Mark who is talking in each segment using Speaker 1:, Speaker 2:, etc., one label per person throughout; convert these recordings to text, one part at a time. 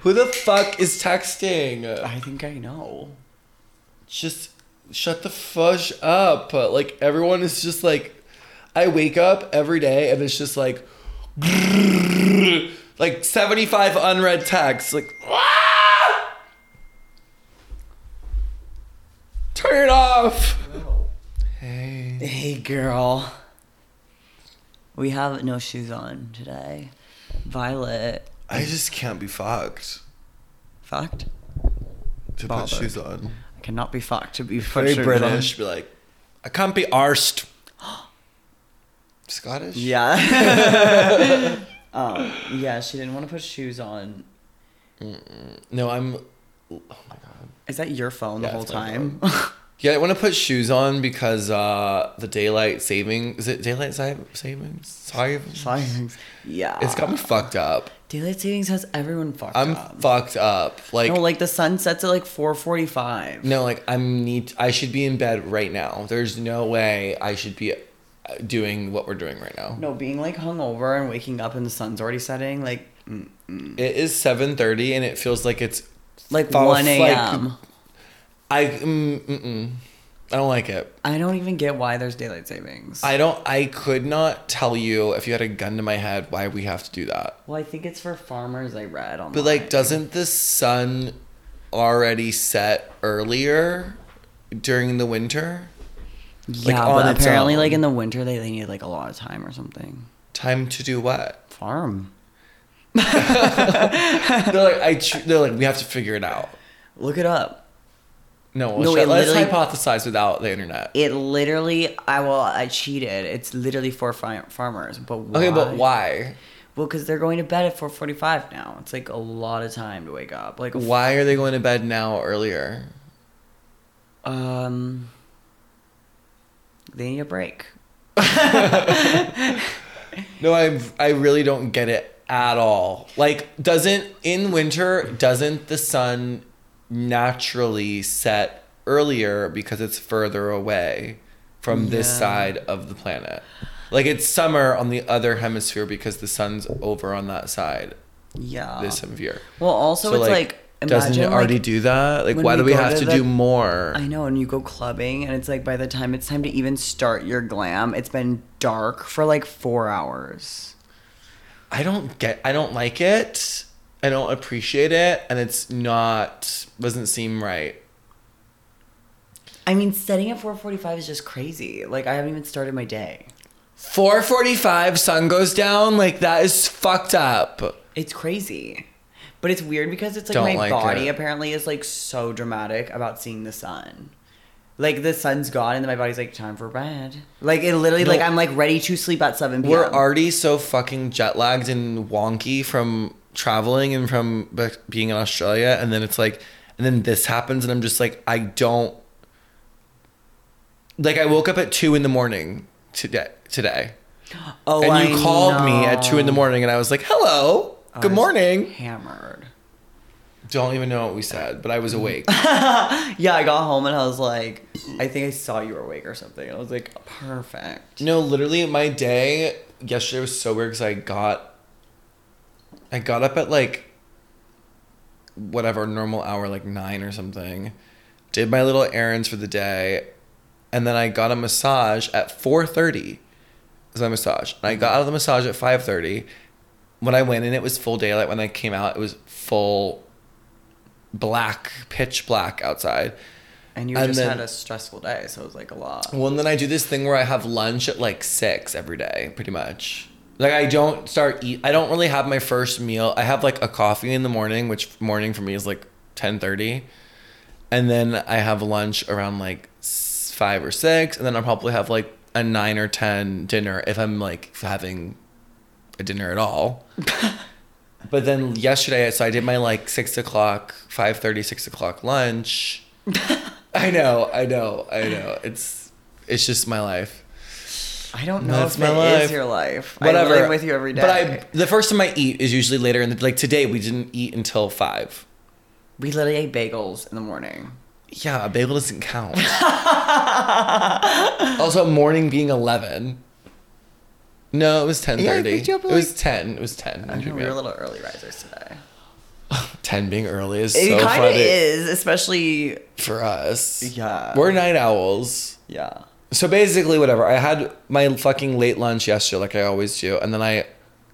Speaker 1: Who the fuck is texting?
Speaker 2: I think I know.
Speaker 1: Just shut the fudge up. Like everyone is just like, I wake up every day and it's just like, like seventy five unread texts. Like, "Ah!" turn it off. Hey.
Speaker 2: Hey, girl. We have no shoes on today. Violet
Speaker 1: I just can't be fucked
Speaker 2: fucked.
Speaker 1: to
Speaker 2: Bothered.
Speaker 1: put shoes on.
Speaker 2: I cannot be fucked to be
Speaker 1: Very
Speaker 2: fucking
Speaker 1: British. Be like, I can't be arsed. Scottish.
Speaker 2: Yeah. um, yeah, she didn't want to put shoes on.
Speaker 1: No, I'm. Oh my god.
Speaker 2: Is that your phone
Speaker 1: Yeah,
Speaker 2: the whole
Speaker 1: it's my
Speaker 2: time?
Speaker 1: Yeah, I want to put shoes on because uh the daylight saving is it daylight si- savings? Savings.
Speaker 2: Savings. yeah.
Speaker 1: It's got me fucked up.
Speaker 2: Daylight savings has everyone fucked
Speaker 1: I'm
Speaker 2: up.
Speaker 1: fucked up. Like
Speaker 2: no,
Speaker 1: no, like,
Speaker 2: like the sun sets at like 4:45.
Speaker 1: I'm need. I should be in bed right now. There's no way I should be uh, doing what we're doing right now.
Speaker 2: No, being like hungover and waking up and the sun's already setting, like mm,
Speaker 1: It is 7:30 and it feels like it's
Speaker 2: like
Speaker 1: Fall
Speaker 2: 1
Speaker 1: asleep.
Speaker 2: a.m.
Speaker 1: I mm, mm-mm. I don't like it.
Speaker 2: I don't even get why there's daylight savings.
Speaker 1: I don't. I could not tell you if you had a gun to my head why we have to do that.
Speaker 2: well, I think it's for farmers. I read on.
Speaker 1: But like, doesn't the sun already set earlier during the winter? like,
Speaker 2: yeah,
Speaker 1: on
Speaker 2: but
Speaker 1: its
Speaker 2: apparently, like
Speaker 1: own?
Speaker 2: in the winter, they, they need like a lot of time or something.
Speaker 1: Time to do what?
Speaker 2: Farm.
Speaker 1: they're like, I. Tr- they're like, we have to figure it out.
Speaker 2: Look it up.
Speaker 1: No,
Speaker 2: No,
Speaker 1: shut-
Speaker 2: it
Speaker 1: let's
Speaker 2: literally-
Speaker 1: hypothesize without the internet.
Speaker 2: It literally, I well, I cheated. It's literally for fi- farmers, but why?
Speaker 1: Okay, but why?
Speaker 2: Well, because they're going to bed at four forty-five now. It's like a lot of time to wake up. Like,
Speaker 1: Why are they going to bed now earlier?
Speaker 2: um, they need a break.
Speaker 1: No, I I really don't get it at all. Like, doesn't in winter doesn't the sun naturally set earlier because it's further away from this
Speaker 2: Yeah.
Speaker 1: side of the planet? Like it's summer on the other hemisphere because the sun's over on that side
Speaker 2: Yeah.
Speaker 1: this hemisphere.
Speaker 2: well, Ah. also it's like, imagine
Speaker 1: doesn't it already
Speaker 2: like,
Speaker 1: do that? Like
Speaker 2: when
Speaker 1: why
Speaker 2: we
Speaker 1: do we
Speaker 2: go
Speaker 1: have
Speaker 2: to
Speaker 1: to
Speaker 2: the-
Speaker 1: do more?
Speaker 2: I know, and you go clubbing, and it's like by the time it's time to even start your glam, it's been dark for like four hours.
Speaker 1: I don't get I don't like it. I don't appreciate it and it's not doesn't seem right.
Speaker 2: I mean, setting at four forty-five is just crazy. Like, I haven't even started my day.
Speaker 1: 445 sun goes down like that is fucked up
Speaker 2: It's crazy. But it's weird because it's like
Speaker 1: Don't
Speaker 2: my
Speaker 1: like
Speaker 2: body
Speaker 1: it.
Speaker 2: apparently is like so dramatic about seeing the sun. Like the sun's gone and then my body's like time for bed. Like it literally
Speaker 1: No.
Speaker 2: like I'm like ready to sleep at 7 p.m.
Speaker 1: we're already so fucking jet lagged and wonky from traveling and from be- being in australia and then it's like and then this happens and i'm just like i don't like i woke up at 2 in the morning today today
Speaker 2: oh,
Speaker 1: and you
Speaker 2: I
Speaker 1: called me at 2 in the
Speaker 2: know.
Speaker 1: morning and i was like hello
Speaker 2: I
Speaker 1: good
Speaker 2: was
Speaker 1: morning
Speaker 2: Hammered.
Speaker 1: don't even know what we said but i was awake
Speaker 2: Yeah, I got home and I was like, I think I saw you were awake or something. And I was like, perfect.
Speaker 1: No, literally, my day yesterday was so weird because I got, I got up at like, whatever normal hour, like nine or something, did my little errands for the day, and then I got a massage at four thirty. Was my massage, and I got out of the massage at five thirty. When I went in, it was full daylight. When I came out, it was full black, pitch black outside.
Speaker 2: And you
Speaker 1: And
Speaker 2: just
Speaker 1: then-
Speaker 2: had a stressful day, so it was like a lot.
Speaker 1: Well, and then I do this thing where I have lunch at like six every day, pretty much. Like I don't start eat. I don't really have my first meal. I have like a coffee in the morning, which morning for me is like ten thirty, and then I have lunch around like s- five or six, and then I'll probably have like a nine or ten dinner if I'm like having a dinner at all. but then yesterday, so I did my like six o'clock, five thirty, six o'clock lunch. I know, I know, I know. It's it's just my life.
Speaker 2: I don't know
Speaker 1: That's
Speaker 2: if
Speaker 1: my
Speaker 2: it is
Speaker 1: life.
Speaker 2: your life.
Speaker 1: Whatever.
Speaker 2: I live with you every day.
Speaker 1: But I the first time I eat is usually later in the like today we didn't eat until five.
Speaker 2: We literally ate bagels in the morning.
Speaker 1: Yeah, a bagel doesn't count. also morning being eleven. No, it was ten
Speaker 2: Yeah, I
Speaker 1: thirty.
Speaker 2: picked you up
Speaker 1: it
Speaker 2: at,
Speaker 1: was
Speaker 2: like-
Speaker 1: ten. It was ten.
Speaker 2: I
Speaker 1: You
Speaker 2: know
Speaker 1: drew
Speaker 2: we
Speaker 1: me
Speaker 2: were
Speaker 1: up.
Speaker 2: little early risers today.
Speaker 1: ten being early is
Speaker 2: It
Speaker 1: so
Speaker 2: kind of
Speaker 1: funny
Speaker 2: is, especially
Speaker 1: for us.
Speaker 2: Yeah.
Speaker 1: we're night owls.
Speaker 2: yeah.
Speaker 1: So basically, whatever. I had my fucking late lunch yesterday, like I always do, and then I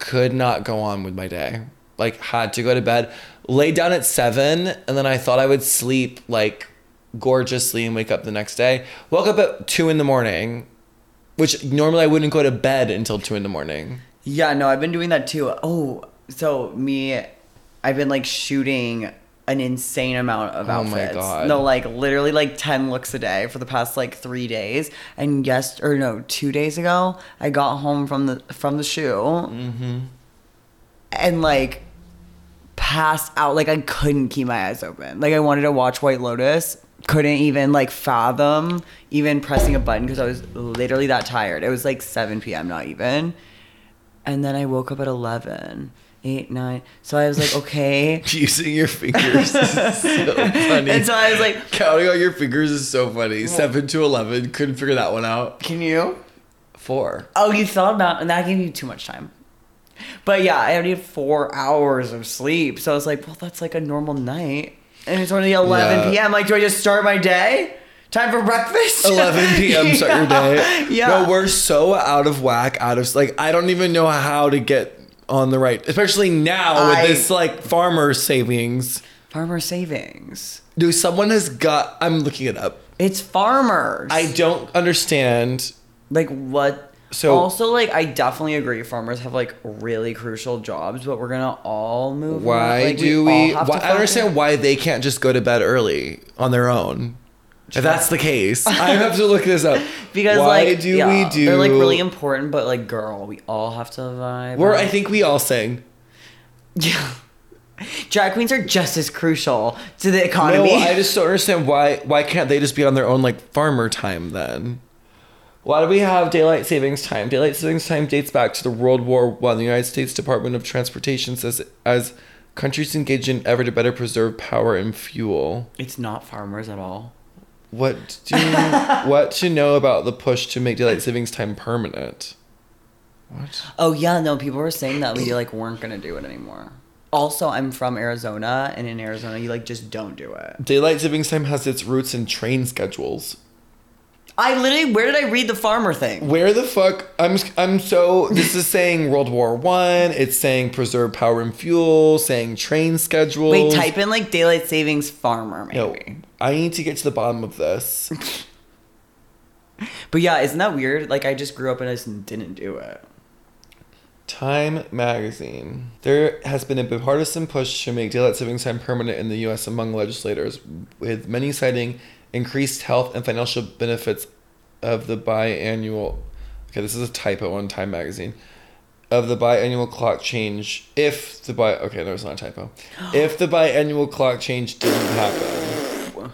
Speaker 1: could not go on with my day. Like, had to go to bed, lay down at seven, and then I thought I would sleep like gorgeously and wake up the next day. Woke up at two in the morning, which normally I wouldn't go to bed until two in the morning.
Speaker 2: Yeah, no, I've been doing that too. Oh, so me, I've been like shooting an insane amount of
Speaker 1: Oh
Speaker 2: outfits.
Speaker 1: my God.
Speaker 2: No, like literally like 10 looks a day for the past like 3 days. And yes or no, 2 days ago, I got home from the from the shoe.
Speaker 1: Mm-hmm.
Speaker 2: And like passed out like I couldn't keep my eyes open. Like I wanted to watch White Lotus, couldn't even like fathom even pressing a button because I was literally that tired. It was like 7 p.m. not even. And then I woke up at 11, 8, 9. So I was like, okay.
Speaker 1: Using your fingers is so funny.
Speaker 2: and so I was like,
Speaker 1: Counting on your fingers is so funny. Seven to eleven, couldn't figure that one out.
Speaker 2: can you?
Speaker 1: Four.
Speaker 2: Oh, you thought about and that gave you too much time. But yeah, I already had four hours of sleep. So I was like, well, that's like a normal night. And it's only 11
Speaker 1: Yeah.
Speaker 2: p.m. Like, do I just start my day? Time for breakfast?
Speaker 1: 11 p.m. start your day.
Speaker 2: Yeah.
Speaker 1: No, we're so out of whack, out of like I don't even know how to get on the right, especially now
Speaker 2: I-
Speaker 1: with this like farmer savings.
Speaker 2: Farmer savings.
Speaker 1: Dude, someone has got. I'm looking it up.
Speaker 2: It's farmers.
Speaker 1: I don't understand.
Speaker 2: like what
Speaker 1: So-
Speaker 2: also like I definitely agree farmers have like really crucial jobs, but we're gonna all move. on.
Speaker 1: Why
Speaker 2: Like,
Speaker 1: do
Speaker 2: all
Speaker 1: we?
Speaker 2: have to
Speaker 1: why, I
Speaker 2: fucking-
Speaker 1: understand why they can't just go to bed early on their own. If that's the case, I have to look this up.
Speaker 2: because
Speaker 1: why
Speaker 2: like
Speaker 1: do
Speaker 2: yeah,
Speaker 1: we do?
Speaker 2: they're like really important, but like girl, we all have to vibe.
Speaker 1: We're,
Speaker 2: out.
Speaker 1: I think we all sing.
Speaker 2: yeah. Drag queens are just as crucial to the economy.
Speaker 1: No, I just don't understand why why can't they just be on their own like farmer time then? Why do we have daylight savings time? Daylight savings time dates back to the World War One. The United States Department of Transportation says as countries engage in effort to better preserve power and fuel.
Speaker 2: it's not farmers at all.
Speaker 1: What do what to know about the push to make daylight savings time permanent? What?
Speaker 2: Oh yeah, no, people were saying that we like weren't gonna do it anymore. Also, I'm from Arizona, and in Arizona, you like just don't do it.
Speaker 1: Daylight savings time has its roots in train schedules.
Speaker 2: I literally, where did I read the farmer thing?
Speaker 1: Where the fuck? I'm I'm so. This is saying World War One. It's saying preserve power and fuel. Saying train schedules.
Speaker 2: Wait, type in like daylight savings farmer maybe.
Speaker 1: No, I need to get to the bottom of this.
Speaker 2: But yeah, isn't that weird? Like I just grew up and I just didn't do it.
Speaker 1: Time magazine. There has been a bipartisan push to make daylight savings time permanent in the U.S. among legislators, with many citing increased health and financial benefits of the biannual. Okay, this is a typo on Time magazine. Of the biannual clock change, if the bi okay, there's not a typo. If the biannual clock change didn't happen,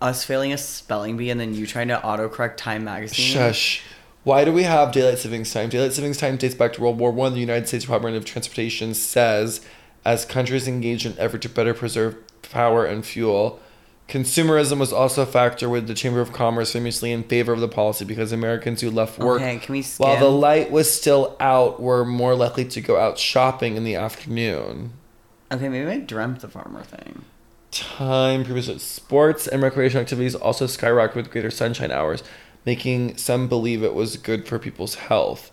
Speaker 2: Us failing a spelling bee and then you trying to autocorrect Time magazine.
Speaker 1: shush. Why do we have daylight savings time? Daylight savings time dates back to World War One. The United States Department of Transportation says, as countries engage in effort to better preserve power and fuel, consumerism was also a factor. With the Chamber of Commerce famously in favor of the policy because Americans who left work
Speaker 2: Okay, can we skim?
Speaker 1: while the light was still out were more likely to go out shopping in the afternoon.
Speaker 2: okay, maybe I dreamt the farmer thing.
Speaker 1: Time previously sports and recreational activities also skyrocketed with greater sunshine hours, making some believe it was good for people's health.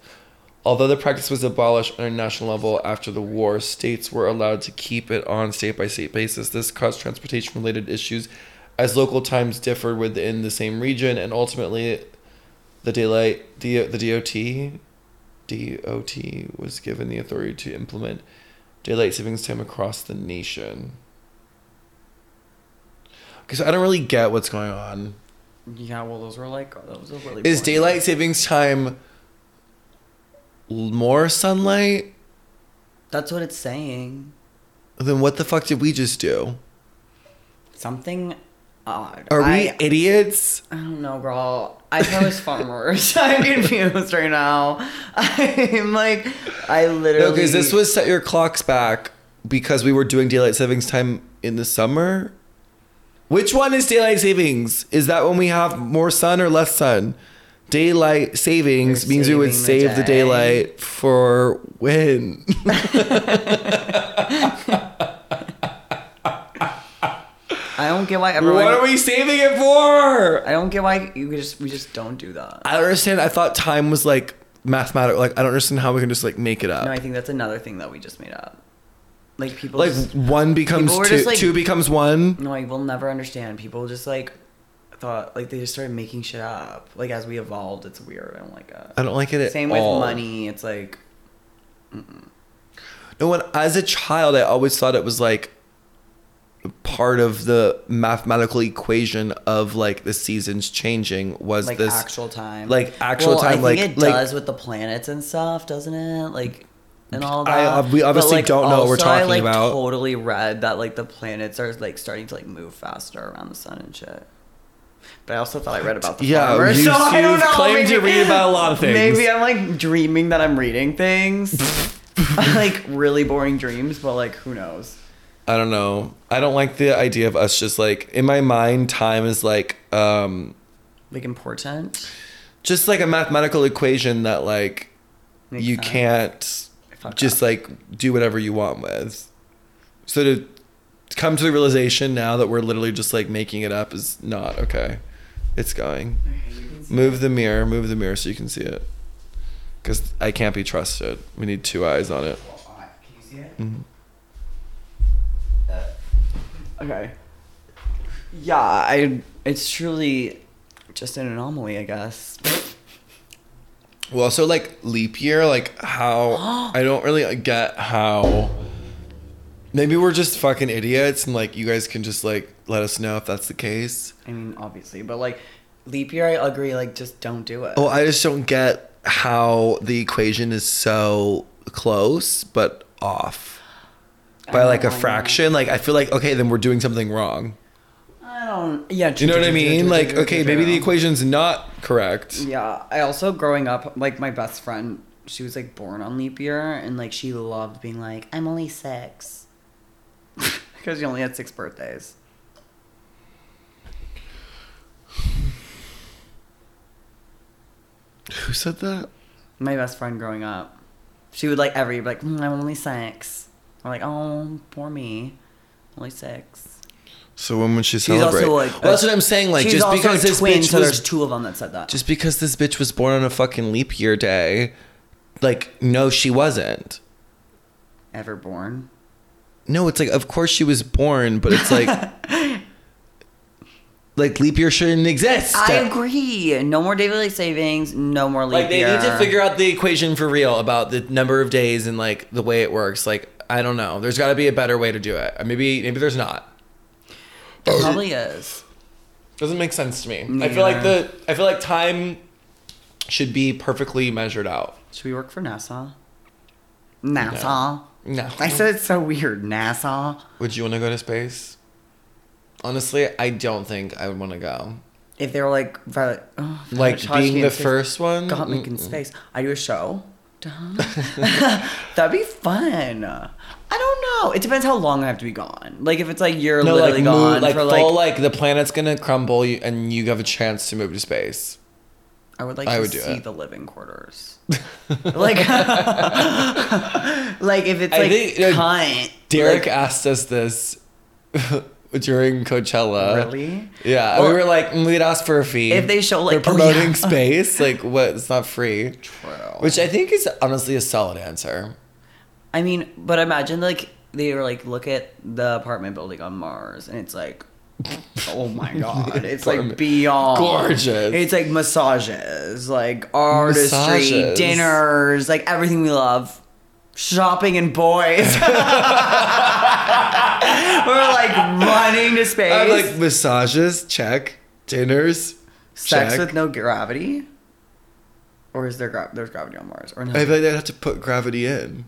Speaker 1: Although the practice was abolished on a national level after the war, states were allowed to keep it on state by state basis. This caused transportation related issues as local times differed within the same region and ultimately the daylight the, the DOT DOT was given the authority to implement daylight savings time across the nation. Because I don't really get what's going on.
Speaker 2: Yeah, well those were like that was a really
Speaker 1: Is
Speaker 2: boring-
Speaker 1: daylight savings time l- more sunlight?
Speaker 2: That's what it's saying.
Speaker 1: Then what the fuck did we just do?
Speaker 2: Something odd.
Speaker 1: Are we
Speaker 2: I,
Speaker 1: idiots?
Speaker 2: I don't know, girl. I thought it was farmers. I'm confused right now. I'm like, I literally.
Speaker 1: No, because this was set your clocks back because we were doing daylight savings time in the summer. Which one is daylight savings? Is that when we have more sun or less sun? Daylight savings
Speaker 2: You're
Speaker 1: means we would
Speaker 2: saving the
Speaker 1: save the
Speaker 2: day.
Speaker 1: daylight for when?
Speaker 2: don't get why everyone.
Speaker 1: What are we saving it for?
Speaker 2: I don't get why you could just we just don't do that.
Speaker 1: I don't understand. I thought time was like mathematical. Like I don't understand how we can just like make it up.
Speaker 2: No, I think that's another thing that we just made up. Like people,
Speaker 1: like
Speaker 2: just,
Speaker 1: one becomes
Speaker 2: People were
Speaker 1: two,
Speaker 2: just, like-
Speaker 1: two becomes one.
Speaker 2: no, I will never understand. People just like thought like they just started making shit up. Like as we evolved, it's weird. I don't like that.
Speaker 1: I don't like it at
Speaker 2: Same
Speaker 1: all.
Speaker 2: with money. It's like
Speaker 1: No, when as a child, I always thought it was like part of the mathematical equation of like the seasons changing was
Speaker 2: like
Speaker 1: this
Speaker 2: actual time.
Speaker 1: like, actual time,
Speaker 2: I think
Speaker 1: like-
Speaker 2: it
Speaker 1: like-
Speaker 2: does with the planets and stuff, doesn't it? Like and all
Speaker 1: I-
Speaker 2: that.
Speaker 1: uh, we
Speaker 2: But,
Speaker 1: obviously
Speaker 2: like,
Speaker 1: don't know what we're
Speaker 2: also, I,
Speaker 1: talking
Speaker 2: like,
Speaker 1: about.
Speaker 2: Totally read that like the planets are like starting to like move faster around the sun and shit. But I also thought I read about the
Speaker 1: Yeah,
Speaker 2: farmers,
Speaker 1: you-
Speaker 2: so I
Speaker 1: you've
Speaker 2: don't know.
Speaker 1: claimed to read about a lot of things.
Speaker 2: Maybe I'm like dreaming that I'm reading things, like really boring dreams. But like, who knows?
Speaker 1: I don't know. I don't like the idea of us just like in my mind, time is like um
Speaker 2: Like important.
Speaker 1: just like a mathematical equation that like
Speaker 2: Makes
Speaker 1: you
Speaker 2: sense.
Speaker 1: can't
Speaker 2: Fuck
Speaker 1: just
Speaker 2: up.
Speaker 1: like do whatever you want with. So to come to the realization now that we're literally just like making it up is not okay. It's going. Move the mirror, move the mirror so you can see it. Cuz I can't be trusted. We need two eyes on it. Mm-hmm.
Speaker 2: Uh, Okay. Yeah, I. It's truly just an anomaly, I guess.
Speaker 1: Well, also like leap year, like how I don't really get how. Maybe we're just fucking idiots, and like you guys can just like let us know if that's the case.
Speaker 2: I mean, obviously, but like leap year, I agree. Like, just don't do it.
Speaker 1: Well, I just don't get how the equation is so close but off by
Speaker 2: I
Speaker 1: like a
Speaker 2: don't know.
Speaker 1: fraction. Like I feel like okay, then we're doing something wrong.
Speaker 2: I don't. Yeah.
Speaker 1: You know what I mean? Like
Speaker 2: true,
Speaker 1: okay,
Speaker 2: true,
Speaker 1: maybe the
Speaker 2: true.
Speaker 1: equation's not correct.
Speaker 2: Yeah, I also growing up, like my best friend, she was like born on leap year, and like she loved being like, I'm only six, because you only had six birthdays.
Speaker 1: Who said that?
Speaker 2: My best friend growing up, she would like every like, "Mm, I'm only six. I'm like, oh, poor me, only six.
Speaker 1: So when would she
Speaker 2: She's
Speaker 1: celebrate?
Speaker 2: also like,
Speaker 1: well, that's what I'm saying. Like
Speaker 2: she's
Speaker 1: just
Speaker 2: also
Speaker 1: because
Speaker 2: a
Speaker 1: this
Speaker 2: twin,
Speaker 1: bitch
Speaker 2: so
Speaker 1: was
Speaker 2: there's two of them that said that.
Speaker 1: just because this bitch was born on a fucking leap year day, like, no, she wasn't.
Speaker 2: ever born.
Speaker 1: No, it's like, of course she was born, but it's like, like leap year shouldn't exist.
Speaker 2: I agree. No more daily savings. No more leap
Speaker 1: Like, they need to figure out the equation for real about the number of days and like the way it works. Like, I don't know. There's got to be a better way to do it. Uh, Maybe, maybe there's not.
Speaker 2: It probably is.
Speaker 1: Doesn't make sense to me. I
Speaker 2: Neither.
Speaker 1: feel like the, I feel like time should be perfectly measured out.
Speaker 2: Should we work for NASA? NASA.
Speaker 1: No.
Speaker 2: I said it's so weird. NASA.
Speaker 1: Would you want to go to space? Honestly, I don't think I would want to go.
Speaker 2: If they were like, ve- oh,
Speaker 1: Like
Speaker 2: Hodgkin
Speaker 1: being the
Speaker 2: space-
Speaker 1: first one?
Speaker 2: Gottmik in space. I do a show. Duh. That'd be fun. I don't know. It depends how long I have to be gone. Like if it's like you're
Speaker 1: No,
Speaker 2: literally
Speaker 1: like, move,
Speaker 2: gone
Speaker 1: like,
Speaker 2: for
Speaker 1: full,
Speaker 2: like,
Speaker 1: like, the planet's gonna crumble you- and you have a chance to move to space.
Speaker 2: I would like
Speaker 1: I
Speaker 2: to
Speaker 1: would do
Speaker 2: see
Speaker 1: it.
Speaker 2: the living quarters. like, like if it's
Speaker 1: I
Speaker 2: like
Speaker 1: think, uh,
Speaker 2: cunt.
Speaker 1: Derek
Speaker 2: like,
Speaker 1: asked us this during Coachella.
Speaker 2: Really?
Speaker 1: Yeah,
Speaker 2: Well-
Speaker 1: we were like, mm, we'd ask for a fee.
Speaker 2: If they show, like,
Speaker 1: they're
Speaker 2: oh, yeah.
Speaker 1: promoting space, like what? It's not free. Which I think is honestly a solid answer.
Speaker 2: I mean, but imagine like they were like, look at the apartment building on Mars, and it's like, oh my god, it's like
Speaker 1: Apartment.
Speaker 2: beyond
Speaker 1: Gorgeous.
Speaker 2: It's like massages, like artistry,
Speaker 1: Massages.
Speaker 2: dinners, like everything we love. Shopping and boys. We're like running to space.
Speaker 1: I like massages, check. Dinners,
Speaker 2: Sex
Speaker 1: check.
Speaker 2: with no gravity? Or is there gra- there's gravity on Mars? Or no?
Speaker 1: I feel like they'd have to put gravity in.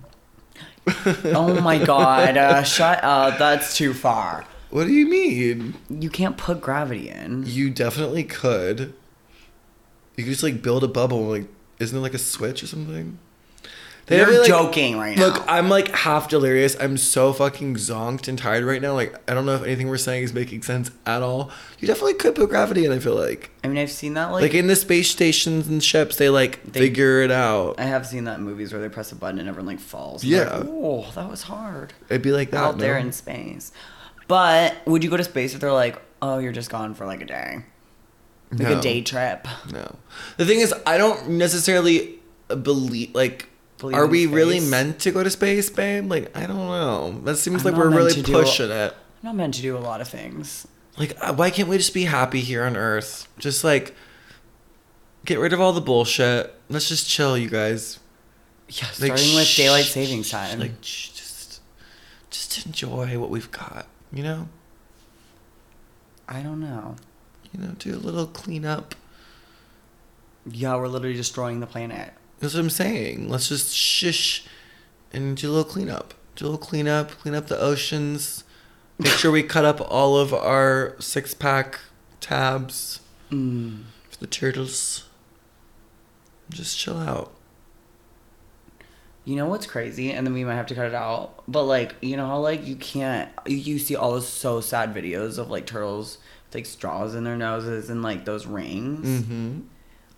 Speaker 2: oh my god, uh, shut up. That's too far.
Speaker 1: What do you mean?
Speaker 2: You can't put gravity in.
Speaker 1: You definitely could. You could just like build a bubble. Like, isn't it like a switch or something? They
Speaker 2: You're
Speaker 1: have, like-
Speaker 2: joking right now.
Speaker 1: Look, I'm like half delirious. I'm so fucking zonked and tired right now. Like, I don't know if anything we're saying is making sense at all. You definitely could put gravity in. I feel like,
Speaker 2: I mean, I've seen that like,
Speaker 1: like in the space stations and ships, they like figure it out.
Speaker 2: I have seen that in movies where they press a button and everyone like falls. I'm
Speaker 1: Yeah.
Speaker 2: like, oh, that was hard
Speaker 1: It'd be like that
Speaker 2: out there
Speaker 1: no?
Speaker 2: in space. But would you go to space if they're like, oh, you're just gone for like a day, like
Speaker 1: No.
Speaker 2: a day trip.
Speaker 1: No. The thing is, I don't necessarily believe, like,
Speaker 2: Believe
Speaker 1: are
Speaker 2: in
Speaker 1: we really
Speaker 2: space?
Speaker 1: meant to go to space, babe? Like, I don't know. That seems
Speaker 2: I'm
Speaker 1: like
Speaker 2: not
Speaker 1: we're
Speaker 2: meant
Speaker 1: really
Speaker 2: to do-
Speaker 1: pushing it.
Speaker 2: I'm not meant to do a lot of things.
Speaker 1: Like, uh, why can't we just be happy here on Earth? Just like, get rid of all the bullshit. Let's just chill, you guys.
Speaker 2: Yeah,
Speaker 1: Like,
Speaker 2: starting with
Speaker 1: shh,
Speaker 2: daylight
Speaker 1: shh,
Speaker 2: savings
Speaker 1: shh,
Speaker 2: time.
Speaker 1: Like, shh, just, just enjoy what we've got. You know,
Speaker 2: I don't know.
Speaker 1: you know, do a little cleanup.
Speaker 2: Yeah, we're literally destroying the planet.
Speaker 1: That's what I'm saying. Let's just shush and do a little cleanup. Do a little cleanup, clean up the oceans. Make sure we cut up all of our six pack tabs
Speaker 2: Mm.
Speaker 1: for the turtles. Just chill out.
Speaker 2: You know what's crazy, and then we might have to cut it out. But like, you know how like you can't, you see all those so sad videos of like turtles with like straws in their noses and like those rings.
Speaker 1: Mm-hmm.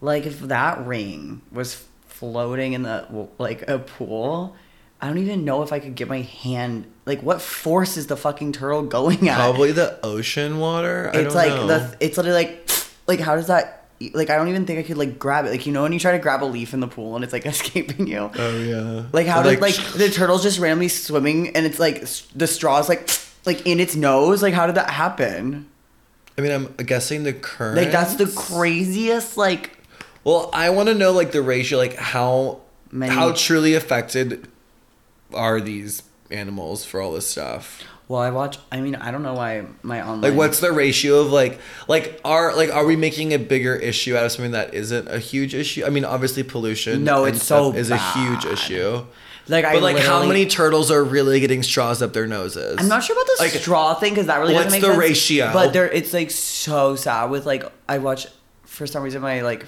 Speaker 2: Like if that ring was floating in the like a pool, I don't even know if I could get my hand. Like, what force is the fucking turtle going at?
Speaker 1: Probably the ocean water. I
Speaker 2: It's
Speaker 1: don't
Speaker 2: like
Speaker 1: know.
Speaker 2: the it's literally like like how does that like I don't even think I could like grab it. Like you know when you try to grab a leaf in the pool and it's like escaping you.
Speaker 1: oh yeah.
Speaker 2: Like how
Speaker 1: Like,
Speaker 2: does like the turtle's just randomly swimming and it's like s- the straw's like like in its nose. Like how did that happen?
Speaker 1: I mean, I'm guessing the current.
Speaker 2: Like that's the craziest like
Speaker 1: Well, I want to know like the ratio, like how
Speaker 2: Many-
Speaker 1: how truly affected are these animals for all this stuff.
Speaker 2: well I watch I mean I don't know why my online
Speaker 1: Like, what's the ratio of like, like are like are we making a bigger issue out of something that isn't a huge issue? I mean, obviously pollution.
Speaker 2: No,
Speaker 1: and
Speaker 2: it's so
Speaker 1: stuff is a huge
Speaker 2: bad.
Speaker 1: issue.
Speaker 2: like I
Speaker 1: But like, how
Speaker 2: literally-
Speaker 1: many turtles are really getting straws up their noses?
Speaker 2: I'm not sure about the
Speaker 1: Like,
Speaker 2: straw thing because that really
Speaker 1: what's
Speaker 2: doesn't make
Speaker 1: the
Speaker 2: sense.
Speaker 1: ratio?
Speaker 2: But there, it's like so sad with like I watch for some reason my like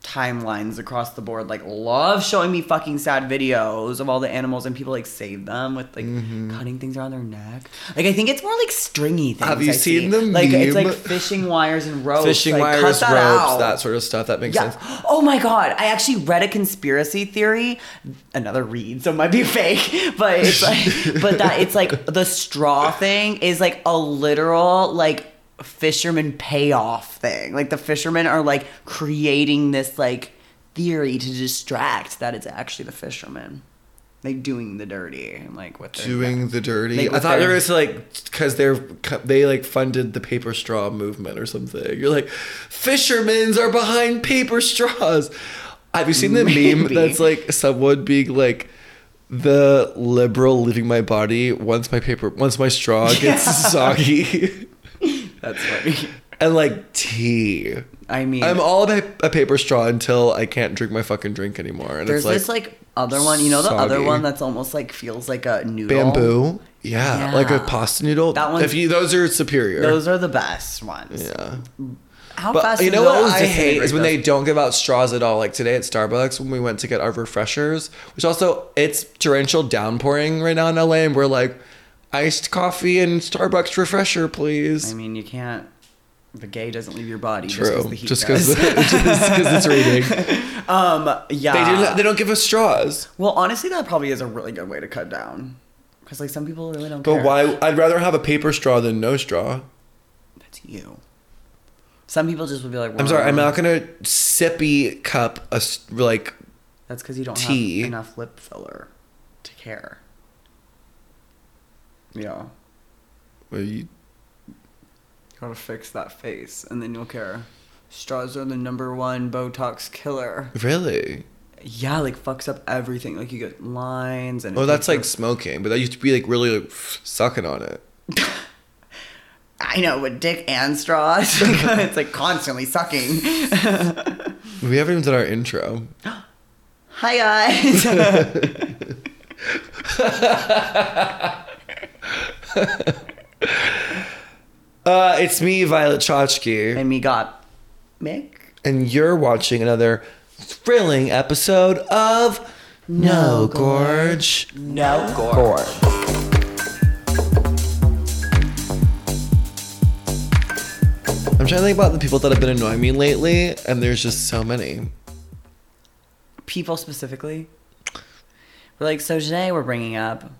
Speaker 2: timelines across the board like love showing me fucking sad videos of all the animals and people like save them with like
Speaker 1: Mm-hmm.
Speaker 2: cutting things around their neck. Like I think it's more like stringy things.
Speaker 1: Have you
Speaker 2: I see.
Speaker 1: seen the
Speaker 2: like it's
Speaker 1: meme?
Speaker 2: like fishing wires and ropes.
Speaker 1: Fishing
Speaker 2: Oh, like,
Speaker 1: wires,
Speaker 2: cut
Speaker 1: ropes,
Speaker 2: that out.
Speaker 1: that sort of stuff. That makes sense.
Speaker 2: Yeah. Oh my god. I actually read a conspiracy theory. Another read, so it might be fake. But it's like but that it's like the straw thing is like a literal like fisherman payoff thing. Like the fishermen are like creating this like theory to distract that it's actually the fishermen. Like doing the dirty and like what they're
Speaker 1: Doing the dirty.
Speaker 2: Like,
Speaker 1: I thought
Speaker 2: they're-
Speaker 1: there was like because they're they like funded the paper straw movement or something. You're like, fishermen's are behind paper straws. Have you seen the meme
Speaker 2: Maybe.
Speaker 1: that's like someone being like the liberal leaving my body once my paper once my straw gets
Speaker 2: Yeah.
Speaker 1: soggy
Speaker 2: That's funny.
Speaker 1: and like tea.
Speaker 2: I mean
Speaker 1: I'm all about a paper straw until I can't drink my fucking drink anymore. And
Speaker 2: there's
Speaker 1: it's
Speaker 2: this like other one, you know the other
Speaker 1: soggy.
Speaker 2: one that's almost like feels like a noodle.
Speaker 1: bamboo. Yeah, like a
Speaker 2: Yeah.
Speaker 1: pasta noodle.
Speaker 2: That one's-
Speaker 1: if you those are superior.
Speaker 2: Those are the best ones.
Speaker 1: yeah.
Speaker 2: How
Speaker 1: But
Speaker 2: fast
Speaker 1: you
Speaker 2: do
Speaker 1: know what
Speaker 2: those
Speaker 1: I hate is when they
Speaker 2: disintegrate
Speaker 1: don't give out straws at all. Like today at Starbucks when we went to get our refreshers, which also it's torrential downpouring right now in LA, and we're like, iced coffee and Starbucks refresher,
Speaker 2: those?
Speaker 1: please.
Speaker 2: I mean, you can't. The gay doesn't leave your body just
Speaker 1: True,
Speaker 2: because the heat
Speaker 1: just because it's
Speaker 2: does.
Speaker 1: raining.
Speaker 2: um, yeah.
Speaker 1: They do. They don't give us straws.
Speaker 2: well, honestly, that probably is a really good way to cut down. Because like some people really don't.
Speaker 1: But
Speaker 2: care.
Speaker 1: why? I'd rather have a paper straw than no straw.
Speaker 2: That's you. Some people just would be like,
Speaker 1: I'm sorry. I'm
Speaker 2: "Wow,
Speaker 1: not gonna sippy cup a s- like
Speaker 2: That's because you don't
Speaker 1: tea."
Speaker 2: have enough lip filler to care. Yeah.
Speaker 1: Well, you-
Speaker 2: Gotta fix that face, and then you'll care. Straws are the number one Botox killer.
Speaker 1: really.
Speaker 2: Yeah, like fucks up everything. Like you get lines and. it
Speaker 1: Oh, that's
Speaker 2: takes
Speaker 1: like smoking, but that used to be like really like, sucking on it.
Speaker 2: I know, with dick and straws, it's like constantly sucking.
Speaker 1: We haven't even done our intro.
Speaker 2: Hi guys.
Speaker 1: Uh, it's me, Violet Chachki,
Speaker 2: and we got Mick.
Speaker 1: and you're watching another thrilling episode of No Gorge.
Speaker 2: No gore.
Speaker 1: I'm trying to think about the people that have been annoying me lately, and there's just so many.
Speaker 2: People specifically. We're like, so today we're bringing up.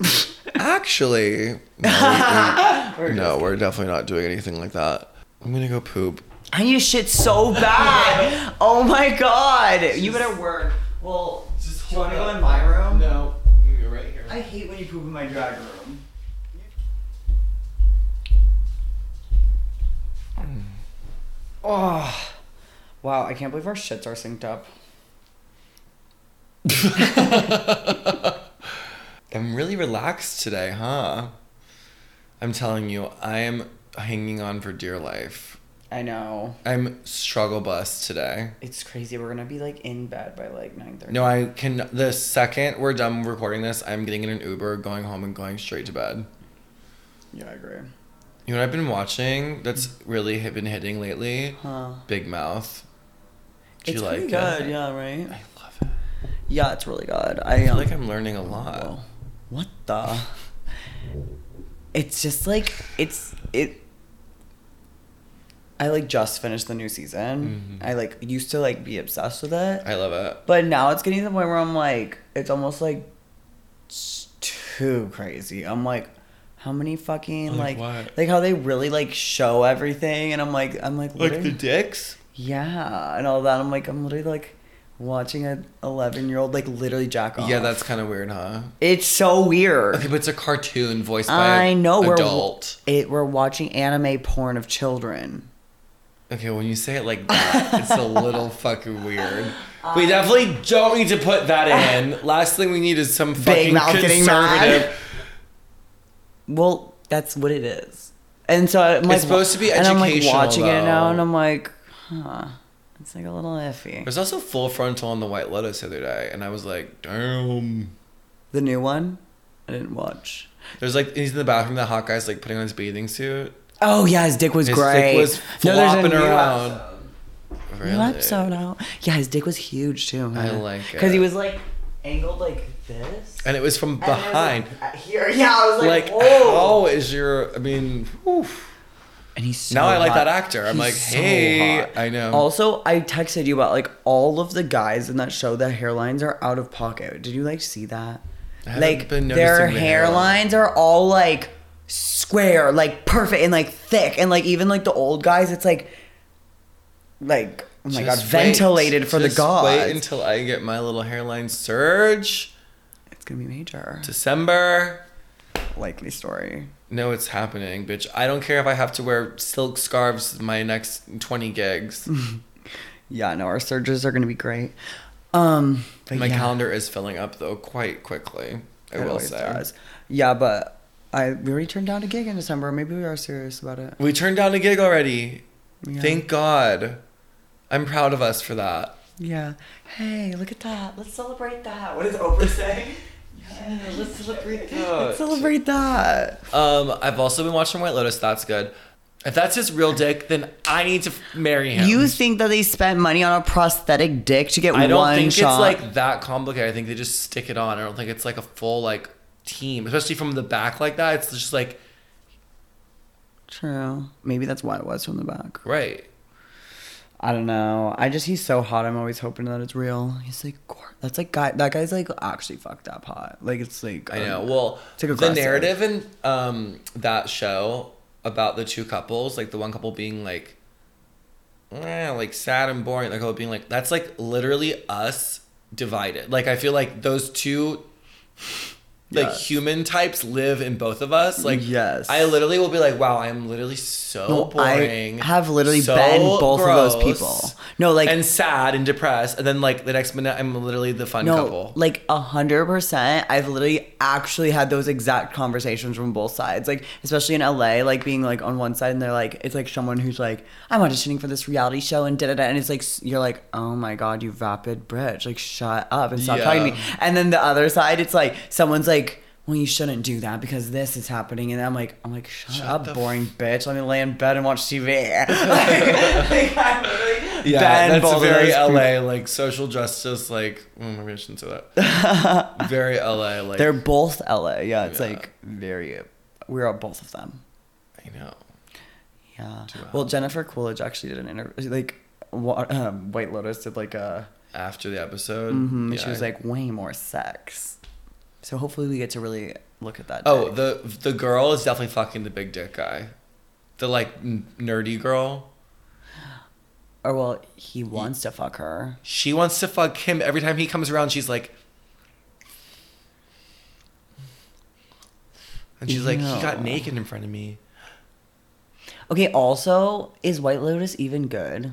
Speaker 1: I actually, no, we- we- no, we're definitely not doing anything like that. I'm gonna go poop.
Speaker 2: I need to shit so bad. oh my god. You better work. Well, do you want to go in my room?
Speaker 1: No, you're right here.
Speaker 2: I hate when you poop in my drag room. Oh, Hmm. wow! I can't believe our shits are synced up.
Speaker 1: I'm really relaxed today, huh? I'm telling you, I am hanging on for dear life.
Speaker 2: I know
Speaker 1: I'm struggle bus today.
Speaker 2: it's crazy. We're gonna be like in bed by like nine thirty.
Speaker 1: No, I can. The second we're done recording this, I'm getting in an Uber, going home, and going straight to bed.
Speaker 2: Yeah, I agree.
Speaker 1: You know what I've been watching that's really hit- been hitting lately?
Speaker 2: Huh?
Speaker 1: Big Mouth. Do
Speaker 2: it's
Speaker 1: you
Speaker 2: pretty
Speaker 1: like
Speaker 2: good.
Speaker 1: it?
Speaker 2: Yeah, right.
Speaker 1: I love it.
Speaker 2: Yeah, it's really good. I,
Speaker 1: I feel
Speaker 2: um,
Speaker 1: like I'm learning a lot.
Speaker 2: Whoa. What the? It's just like it's it. I like just finished the new season.
Speaker 1: Mhm.
Speaker 2: I like used to like be obsessed with it,
Speaker 1: I love it.
Speaker 2: but now it's getting to the point where I'm like, it's almost like s- too crazy. I'm like, how many fucking like
Speaker 1: Like
Speaker 2: like,
Speaker 1: what?
Speaker 2: how they really like show everything, and I'm like, I'm like,
Speaker 1: Like
Speaker 2: what
Speaker 1: the
Speaker 2: are-
Speaker 1: dicks?
Speaker 2: yeah, and all that. I'm like, I'm literally like watching a 11 year old like literally jack off.
Speaker 1: Yeah, that's kind of weird, huh?
Speaker 2: it's so weird.
Speaker 1: Okay, but it's a cartoon voiced by
Speaker 2: I
Speaker 1: an
Speaker 2: know we're
Speaker 1: adult.
Speaker 2: it we're watching anime porn of children.
Speaker 1: Okay, when you say it like that, it's a little fucking weird. We definitely don't need to put that in. Last thing we need is some fucking
Speaker 2: mouth getting mad.
Speaker 1: conservative.
Speaker 2: Well, that's what it is. And so I'm like,
Speaker 1: supposed to be
Speaker 2: and I'm like
Speaker 1: educational,
Speaker 2: watching it now, and
Speaker 1: though.
Speaker 2: I'm like, huh, it's like a little iffy.
Speaker 1: There's also full frontal on the White Lotus the other day, and I was like, damn.
Speaker 2: The new one, I didn't watch.
Speaker 1: There's like he's in the bathroom. The hot guy's like putting on his bathing suit.
Speaker 2: Oh yeah, his dick was
Speaker 1: His dick
Speaker 2: great.
Speaker 1: was flopping around.
Speaker 2: New episode out. Yeah, his dick was huge too. Man.
Speaker 1: like
Speaker 2: because he
Speaker 1: it.
Speaker 2: was like angled like this
Speaker 1: and it was from
Speaker 2: And there's,
Speaker 1: behind.
Speaker 2: like, uh, here. Yeah, I was
Speaker 1: Like, oh,
Speaker 2: like, whoa.
Speaker 1: how is your? I mean, oof.
Speaker 2: And he's so
Speaker 1: now I like
Speaker 2: hot.
Speaker 1: that actor. I'm
Speaker 2: He's
Speaker 1: like,
Speaker 2: so
Speaker 1: hey,
Speaker 2: hot.
Speaker 1: I know.
Speaker 2: Also, I texted you about like all of the guys in that show. Their hairlines are out of pocket. Did you like see that?
Speaker 1: I haven't
Speaker 2: like
Speaker 1: been
Speaker 2: their
Speaker 1: noticing the
Speaker 2: hairlines
Speaker 1: hairline.
Speaker 2: are all like square, like perfect and like thick, and like even like the old guys, it's like like oh my god,
Speaker 1: Just wait.
Speaker 2: ventilated for the
Speaker 1: Just
Speaker 2: gods.
Speaker 1: Wait until I get my little hairline surge.
Speaker 2: it's gonna be major.
Speaker 1: December.
Speaker 2: Likely story.
Speaker 1: No, it's happening, bitch. I don't care if I have to wear silk scarves my next 20 gigs.
Speaker 2: Yeah, no, our surges are gonna be great. Um, but
Speaker 1: My
Speaker 2: yeah.
Speaker 1: calendar is filling up though quite quickly. I
Speaker 2: It
Speaker 1: will
Speaker 2: always
Speaker 1: say.
Speaker 2: does. Yeah, but I we already turned down a gig in December. Maybe we are serious about it.
Speaker 1: We turned down a gig already.
Speaker 2: Yeah.
Speaker 1: Thank God. I'm proud of us for that.
Speaker 2: Yeah. Hey, look at that. Let's celebrate that. What is Oprah saying? yeah, let's celebrate
Speaker 1: that.
Speaker 2: Let's celebrate that.
Speaker 1: Um, I've also been watching White Lotus. That's good. If that's his real dick, then I need to f- marry him.
Speaker 2: You think that they spent money on a prosthetic dick to get
Speaker 1: I don't
Speaker 2: one
Speaker 1: think
Speaker 2: shot?
Speaker 1: it's like that complicated. I think they just stick it on. I don't think it's like a full like team, especially from the back like that. It's just like
Speaker 2: true. Maybe that's why it was from the back.
Speaker 1: right.
Speaker 2: I don't know. I just he's so hot. I'm always hoping that it's real. He's like gor- that's like guy. That guy's like actually fucked up hot. Like it's like
Speaker 1: I
Speaker 2: um,
Speaker 1: know. Well,
Speaker 2: It's, like,
Speaker 1: the
Speaker 2: aggressive.
Speaker 1: narrative in um, that show about the two couples, like the one couple being like, eh, like sad and boring, the couple being like, that's like literally us divided. Like I feel like those two, like
Speaker 2: Yes.
Speaker 1: human types, live in both of us. Like
Speaker 2: Yes.
Speaker 1: I literally will be like, wow, I am literally so
Speaker 2: No,
Speaker 1: boring.
Speaker 2: I have literally
Speaker 1: so
Speaker 2: been both of those
Speaker 1: gross,
Speaker 2: people. No, like
Speaker 1: and sad and depressed, and then like the next minute, I'm literally the fun
Speaker 2: no,
Speaker 1: couple.
Speaker 2: like a hundred percent. I've literally actually had those exact conversations from both sides. Like, especially in LA, like being like on one side and they're like, it's like someone who's like, I'm auditioning for this reality show and da da da, and it's like s- you're like, oh my god, you vapid bitch, like shut up and stop
Speaker 1: Yeah.
Speaker 2: talking to me. And then the other side, it's like someone's like. Well, you shouldn't do that because this is happening, and I'm like, I'm like, shut,
Speaker 1: Shut the
Speaker 2: up,
Speaker 1: f-
Speaker 2: boring bitch. Let me lay in bed and watch TV. like, like, I'm literally
Speaker 1: Yeah,
Speaker 2: been both
Speaker 1: that's
Speaker 2: of
Speaker 1: very
Speaker 2: those people.
Speaker 1: LA, like social justice, like oh, maybe I shouldn't say that. very LA, like
Speaker 2: They're both LA. Yeah, it's
Speaker 1: Yeah.
Speaker 2: like very. We're all both of them.
Speaker 1: I know.
Speaker 2: Yeah.
Speaker 1: Two
Speaker 2: Well, Jennifer Coolidge actually did an interview. Like, wa- um, White Lotus did like a.
Speaker 1: After the episode,
Speaker 2: mhm,
Speaker 1: yeah,
Speaker 2: She was like way more sex. So hopefully we get to really look at that.
Speaker 1: Oh,
Speaker 2: dick.
Speaker 1: the the girl is definitely fucking the big dick guy, the like n- nerdy girl.
Speaker 2: or well, he wants to fuck her.
Speaker 1: She wants to fuck him every time he comes around. She's like, and she's like, he got
Speaker 2: No.
Speaker 1: naked in front of me.
Speaker 2: Okay. Also, is White Lotus even good?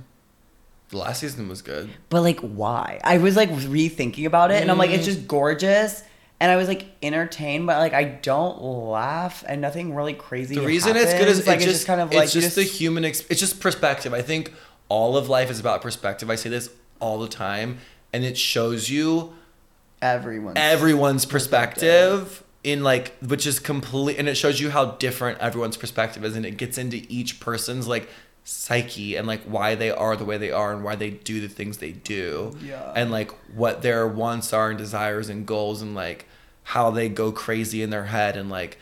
Speaker 1: The last season was good.
Speaker 2: But like, why? I was like rethinking about it, and I'm like,
Speaker 1: Mm.
Speaker 2: it's just gorgeous. And I was like entertained, but like I don't laugh, and nothing really crazy.
Speaker 1: The reason it's good is
Speaker 2: happens. like
Speaker 1: it's, just,
Speaker 2: kind of like
Speaker 1: it's just the human. Exp- it's just perspective. I think all of life is about perspective. I say this all the time, and it shows you
Speaker 2: everyone.
Speaker 1: everyone's perspective in like which is complete and it shows you how different everyone's perspective is and it gets into each person's like psyche and like why they are the way they are and why they do the things they do
Speaker 2: Yeah.
Speaker 1: and like what their wants are and desires and goals and like how they go crazy in their head and like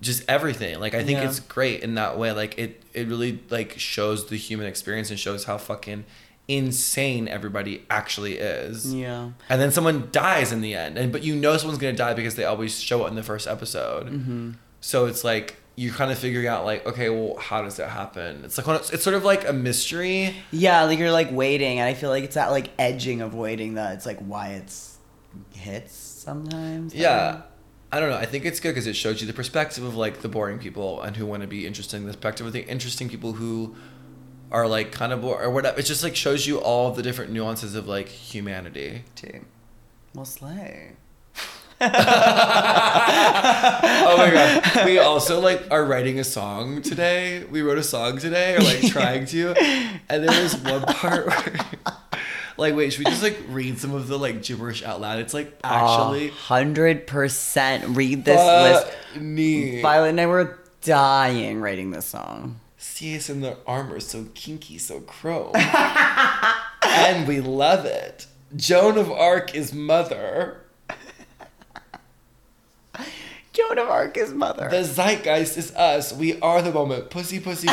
Speaker 1: just everything like i think
Speaker 2: Yeah.
Speaker 1: it's great in that way like it it really like shows the human experience and shows how fucking insane everybody actually is
Speaker 2: yeah.
Speaker 1: and then someone dies in the end and but you know someone's gonna die because they always show it in the first episode so it's like you're kind of figuring out like okay well how does that happen it's like one of- it's sort of like a mystery
Speaker 2: Yeah, like you're like waiting, and I feel like it's that like edging of waiting that it's like why it's hits sometimes.
Speaker 1: yeah i don't know i think it's good because it shows you the perspective of like the boring people and who want to be interesting the perspective of the interesting people who are like kind of bored or whatever it just like shows you all the different nuances of like humanity
Speaker 2: Too. Well, slay.
Speaker 1: Oh my god. We also like are writing a song today. We wrote a song today, or like trying to. And there was one part where like wait, should we just like read some of the like gibberish out loud? It's like actually
Speaker 2: hundred percent. Read Ah, this list.
Speaker 1: knee.
Speaker 2: Violet and I were dying writing this song.
Speaker 1: See us in the armor, so kinky, so chrome. and we love it. Joan of Arc is mother.
Speaker 2: Joan of Arc is mother.
Speaker 1: The zeitgeist is us. We are the moment. Pussy, pussy,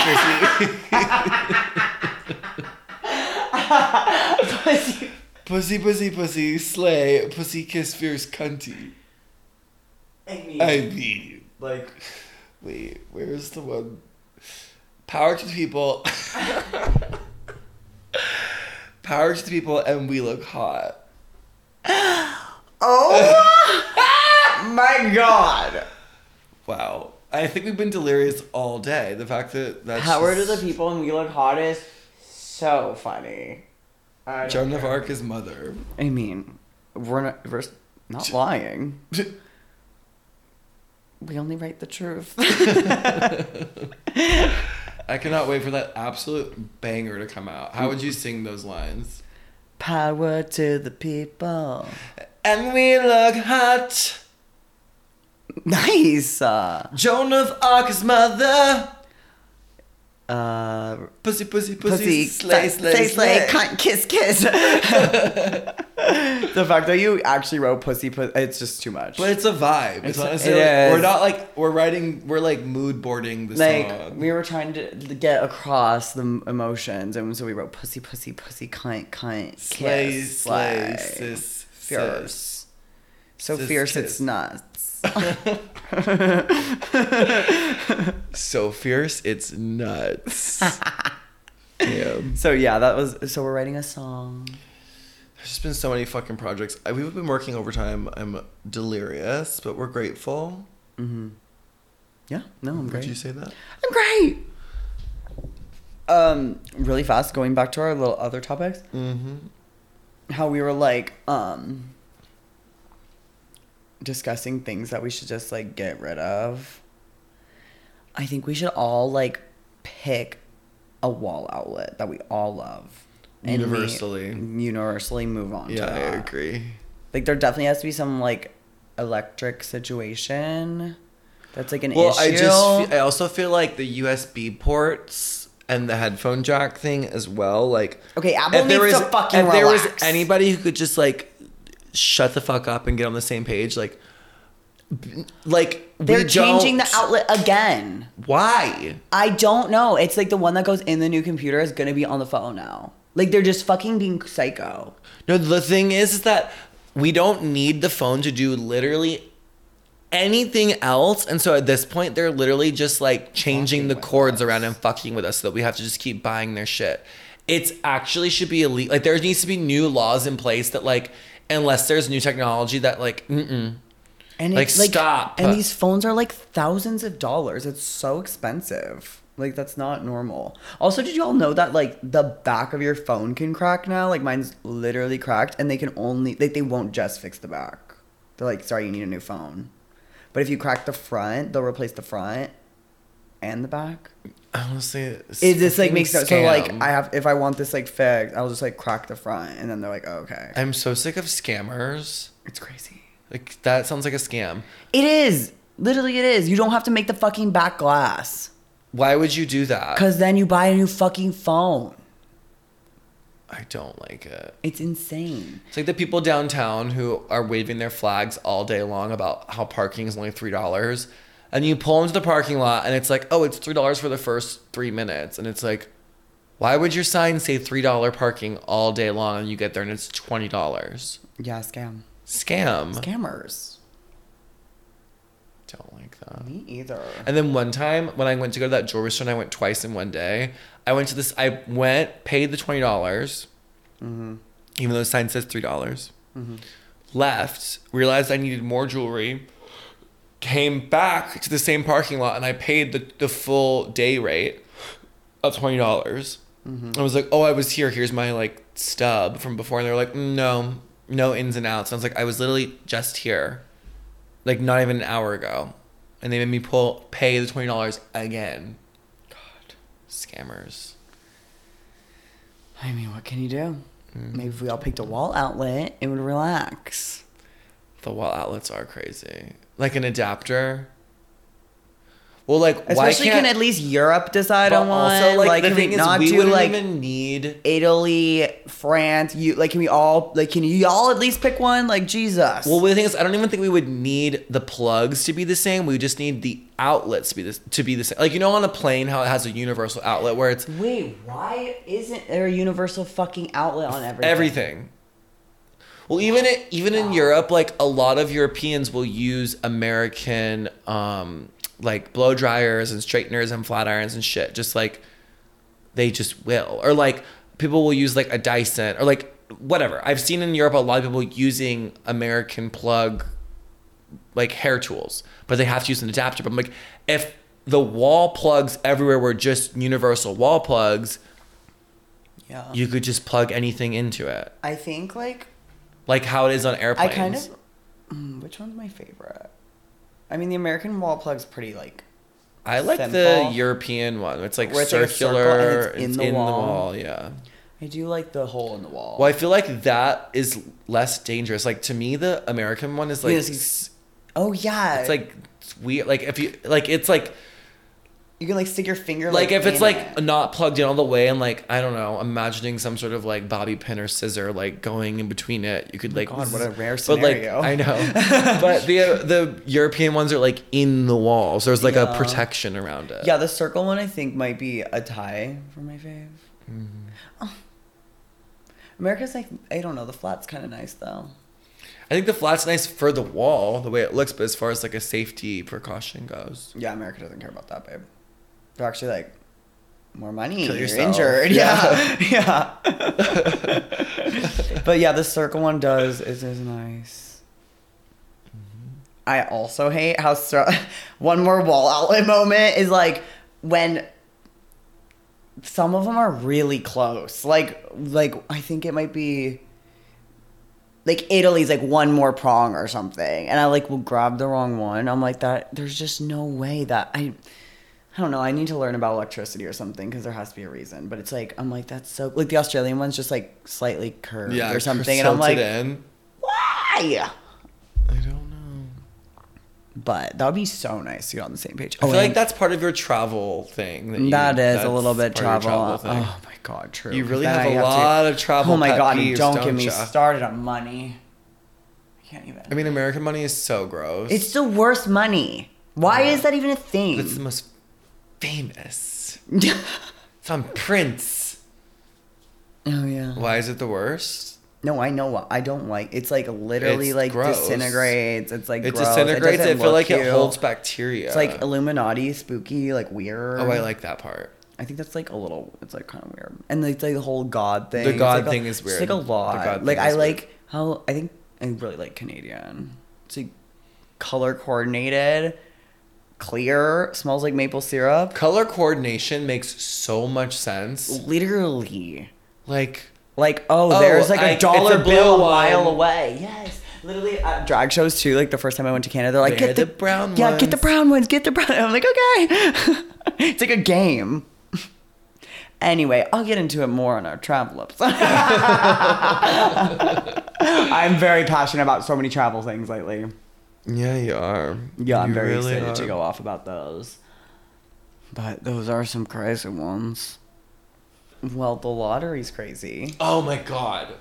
Speaker 1: pussy. pussy, pussy, pussy. Slay. Pussy, kiss, fierce, cunty. I mean, like, wait, where's the one? Power to the people. Power to the people, and we look hot.
Speaker 2: oh my god!
Speaker 1: Wow. I think we've been delirious all day. The fact that that's
Speaker 2: Power to
Speaker 1: just-
Speaker 2: the people and we look hot is so funny. I
Speaker 1: Joan of Arc is mother.
Speaker 2: I mean, we're not we're not lying. We only write the truth.
Speaker 1: I cannot wait for that absolute banger to come out. How would you sing those lines?
Speaker 2: Power to the people.
Speaker 1: And we look hot.
Speaker 2: Nice. Uh,
Speaker 1: Joan of Arc's mother.
Speaker 2: uh,
Speaker 1: Pussy, pussy, pussy,
Speaker 2: pussy,
Speaker 1: slay,
Speaker 2: cut,
Speaker 1: slay, slay,
Speaker 2: say, slay, cunt, kiss, kiss. the fact that you actually wrote pussy, pussy, it's just too much.
Speaker 1: But it's a vibe. It's,
Speaker 2: It's-
Speaker 1: honestly
Speaker 2: it
Speaker 1: like,
Speaker 2: is.
Speaker 1: we're not like we're writing. We're like mood boarding the
Speaker 2: like
Speaker 1: song.
Speaker 2: we were trying to get across the m- emotions, and so we wrote pussy, pussy, pussy, cunt, cunt,
Speaker 1: slay,
Speaker 2: kiss,
Speaker 1: slay,
Speaker 2: slay.
Speaker 1: sis,
Speaker 2: fierce.
Speaker 1: sis.
Speaker 2: So
Speaker 1: Sis
Speaker 2: fierce
Speaker 1: kiss.
Speaker 2: it's nuts.
Speaker 1: So fierce, it's nuts. Damn.
Speaker 2: so yeah, that was so we're writing a song.
Speaker 1: There's just been so many fucking projects. I, we've been working overtime. I'm delirious, but we're grateful.
Speaker 2: Yeah, no, I'm
Speaker 1: Would
Speaker 2: great.
Speaker 1: you say that?
Speaker 2: I'm great. Um, really fast, going back to our little other topics,
Speaker 1: Mm-hmm.
Speaker 2: how we were like, um, discussing things that we should just like get rid of. I think we should all like pick a wall outlet that we all love. and we
Speaker 1: Universally.
Speaker 2: universally move on
Speaker 1: Yeah,
Speaker 2: to
Speaker 1: I
Speaker 2: that.
Speaker 1: agree.
Speaker 2: Like there definitely has to be some like electric situation that's like an
Speaker 1: Well,
Speaker 2: issue.
Speaker 1: I just fe- I also feel like the USB ports and the headphone jack thing as well. Like,
Speaker 2: Okay, Apple
Speaker 1: if there
Speaker 2: needs
Speaker 1: was-
Speaker 2: to fucking
Speaker 1: if there was
Speaker 2: relax.
Speaker 1: anybody who could just like shut the fuck up and get on the same page, like, b- like
Speaker 2: They're
Speaker 1: we
Speaker 2: changing the
Speaker 1: don't-
Speaker 2: outlet again.
Speaker 1: Why?
Speaker 2: I don't know. It's like the one that goes in the new computer is gonna be on the phone now. Like they're just fucking being psycho.
Speaker 1: No, the thing is, is that we don't need the phone to do literally anything else. And so at this point, they're literally just like changing the chords around and fucking with us so that we have to just keep buying their shit. It's actually should be elite. Like there needs to be new laws in place that like unless there's new technology that like mm-mm.
Speaker 2: And
Speaker 1: Like,
Speaker 2: it's
Speaker 1: stop.
Speaker 2: And these phones are like thousands of dollars. It's so expensive. Like that's not normal. Also, did you all know that like the back of your phone can crack now? Like mine's literally cracked, and they can only like they won't just fix the back. They're like, sorry, you need a new phone. But if you crack the front, they'll replace the front and the back.
Speaker 1: honestly it's
Speaker 2: It just like
Speaker 1: fucking
Speaker 2: makes no so like
Speaker 1: scam.
Speaker 2: I have if I want this like fixed, I'll just like crack the front, and then they're like, oh, okay,
Speaker 1: I'm so sick of scammers.
Speaker 2: it's crazy.
Speaker 1: Like that sounds like a scam.
Speaker 2: It is literally it is. You don't have to make the fucking back glass.
Speaker 1: Why would you do that?
Speaker 2: Cause then you buy a new fucking phone.
Speaker 1: I don't like it.
Speaker 2: It's insane.
Speaker 1: It's like the people downtown who are waving their flags all day long about how parking is only three dollars, and you pull into the parking lot and it's like, oh, it's three dollars for the first three minutes, and it's like, why would your sign say three dollar parking all day long and you get there and it's twenty dollars?
Speaker 2: Yeah, scam.
Speaker 1: Scam.
Speaker 2: Scammers.
Speaker 1: Don't like that.
Speaker 2: Me either.
Speaker 1: And then one time when I went to go to that jewelry store and I went twice in one day, I went to this, I went, paid the $20, dollars even though the sign says $3, dollars left, realized I needed more jewelry, came back to the same parking lot and I paid the, the full day rate of $20. dollars I was like, oh, I was here. Here's my like stub from before. And they were like, "Mm, no, no ins and outs. And I was like, I was literally just here like not even an hour ago, and they made me pull pay the twenty dollars again. God, scammers.
Speaker 2: I mean, what can you do? Maybe if we all picked a wall outlet, it would relax.
Speaker 1: The wall outlets are crazy. Like an adapter. Well, like why
Speaker 2: Especially
Speaker 1: can't?
Speaker 2: can at least Europe decide
Speaker 1: but
Speaker 2: on one.
Speaker 1: also, like,
Speaker 2: like,
Speaker 1: the
Speaker 2: can we
Speaker 1: thing is,
Speaker 2: not
Speaker 1: we
Speaker 2: do
Speaker 1: wouldn't
Speaker 2: like
Speaker 1: even need.
Speaker 2: Italy, France? You like can we all like can you all at least pick one? Like Jesus.
Speaker 1: Well, the thing is, I don't even think we would need the plugs to be the same. We just need the outlets to be this to be the same. Like you know, on a plane, how it has a universal outlet where it's
Speaker 2: Wait, why isn't there a universal fucking outlet on everything?
Speaker 1: everything. Well, even it, even in Europe, like a lot of Europeans will use American um, like blow dryers and straighteners and flat irons and shit. Just like they just will, or like people will use like a Dyson or like whatever. I've seen in Europe a lot of people using American plug like hair tools, but they have to use an adapter. But I'm like, if the wall plugs everywhere were just universal wall plugs,
Speaker 2: Yeah.
Speaker 1: you could just plug anything into it.
Speaker 2: I think like
Speaker 1: like how it is on
Speaker 2: I
Speaker 1: airplanes.
Speaker 2: kind of. Mm, which one's my favorite? I mean, the American wall plug's pretty like.
Speaker 1: I like the
Speaker 2: simple.
Speaker 1: European one. It's like
Speaker 2: Where it's like a circle and
Speaker 1: circular.
Speaker 2: it's in
Speaker 1: it's
Speaker 2: the
Speaker 1: in the
Speaker 2: wall.
Speaker 1: wall. Yeah.
Speaker 2: I do like the hole in the wall.
Speaker 1: Well, I feel like that is less dangerous. Like to me, the American one is like
Speaker 2: Yes,
Speaker 1: s-
Speaker 2: Oh yeah.
Speaker 1: it's like it's weird. Like if you like, it's like
Speaker 2: you can like stick your finger.
Speaker 1: like if it's
Speaker 2: in
Speaker 1: like
Speaker 2: it.
Speaker 1: not plugged in all the way and like I don't know, imagining some sort of like bobby pin or scissor like going in between it. You could like
Speaker 2: Oh God, what a rare
Speaker 1: zzz. But, like,
Speaker 2: scenario.
Speaker 1: I know, but the the European ones are like in the wall, so there's like a
Speaker 2: Yeah.
Speaker 1: protection around it.
Speaker 2: Yeah, the circle one I think might be a tie for my fave.
Speaker 1: Mm-hmm.
Speaker 2: Oh. America's like I don't know. The flat's kind of nice though.
Speaker 1: I think the flat's nice for the wall, the way it looks, but as far as like a safety precaution goes.
Speaker 2: Yeah, America doesn't care about that, babe. They're actually like more money.
Speaker 1: Kill
Speaker 2: You're
Speaker 1: yourself.
Speaker 2: injured. Yeah, yeah. but yeah, the circle one does is is nice. I also hate how str- one more wall outlet moment is like when some of them are really close. Like like I think it might be like Italy's like one more prong or something, and I like will grab the wrong one. I'm like that. There's just no way that I. I don't know. I need to learn about electricity or something because there has to be a reason. But it's like I'm like that's so like the Australian one's just like slightly curved or something, and I'm like
Speaker 1: silted in.
Speaker 2: why?
Speaker 1: I don't know.
Speaker 2: But that would be so nice to get on the same page.
Speaker 1: I feel like
Speaker 2: Oh, and
Speaker 1: that's part of your travel thing. That, you,
Speaker 2: that is
Speaker 1: that's
Speaker 2: a little bit
Speaker 1: part of
Speaker 2: travel.
Speaker 1: your
Speaker 2: oh my god, true.
Speaker 1: You
Speaker 2: 'Cause
Speaker 1: really
Speaker 2: then
Speaker 1: have
Speaker 2: I
Speaker 1: a lot of travel
Speaker 2: Oh my
Speaker 1: pet
Speaker 2: god, and
Speaker 1: peeves,
Speaker 2: don't,
Speaker 1: don't
Speaker 2: get me
Speaker 1: ya?
Speaker 2: started on money. I can't even.
Speaker 1: I mean, American money is so gross.
Speaker 2: It's the worst money. Why
Speaker 1: Yeah.
Speaker 2: is that even a thing?
Speaker 1: It's the most famous. It's on Prince.
Speaker 2: oh yeah.
Speaker 1: Why is it the worst?
Speaker 2: No, I know what I don't like. It's like literally
Speaker 1: It's
Speaker 2: like
Speaker 1: gross.
Speaker 2: disintegrates. It's like
Speaker 1: It
Speaker 2: gross.
Speaker 1: disintegrates. I
Speaker 2: doesn't
Speaker 1: feel
Speaker 2: look
Speaker 1: like it
Speaker 2: cute.
Speaker 1: holds bacteria.
Speaker 2: It's like Illuminati, spooky, like weird.
Speaker 1: oh, I like that part.
Speaker 2: I think that's like a little. It's like kind of weird, and like, like the whole God thing.
Speaker 1: The
Speaker 2: it's,
Speaker 1: God
Speaker 2: like, a-
Speaker 1: thing is
Speaker 2: It's like a
Speaker 1: weird. The
Speaker 2: lot.
Speaker 1: God thing
Speaker 2: like I
Speaker 1: is weird.
Speaker 2: like how I think I really like Canadian. It's like color coordinated, clear, smells like maple syrup.
Speaker 1: Color coordination makes so much sense.
Speaker 2: Literally,
Speaker 1: Like
Speaker 2: like oh,
Speaker 1: Oh,
Speaker 2: there's like
Speaker 1: I-
Speaker 2: a
Speaker 1: it's
Speaker 2: dollar
Speaker 1: a blue
Speaker 2: bill a
Speaker 1: one.
Speaker 2: mile away. Yes. Literally at drag shows too. Like the first time I went to Canada, they're like
Speaker 1: They're
Speaker 2: get the,
Speaker 1: the brown
Speaker 2: Yeah, get the
Speaker 1: ones."
Speaker 2: brown ones. Get the brown. I'm like okay. it's like a game. Anyway, I'll get into it more on our travel episode. I'm very passionate about so many travel things lately.
Speaker 1: yeah, you are.
Speaker 2: Yeah, I'm
Speaker 1: You
Speaker 2: very
Speaker 1: really
Speaker 2: excited to
Speaker 1: are.
Speaker 2: go off about those. But those are some crazy ones. Well, the lottery's crazy.
Speaker 1: Oh my god.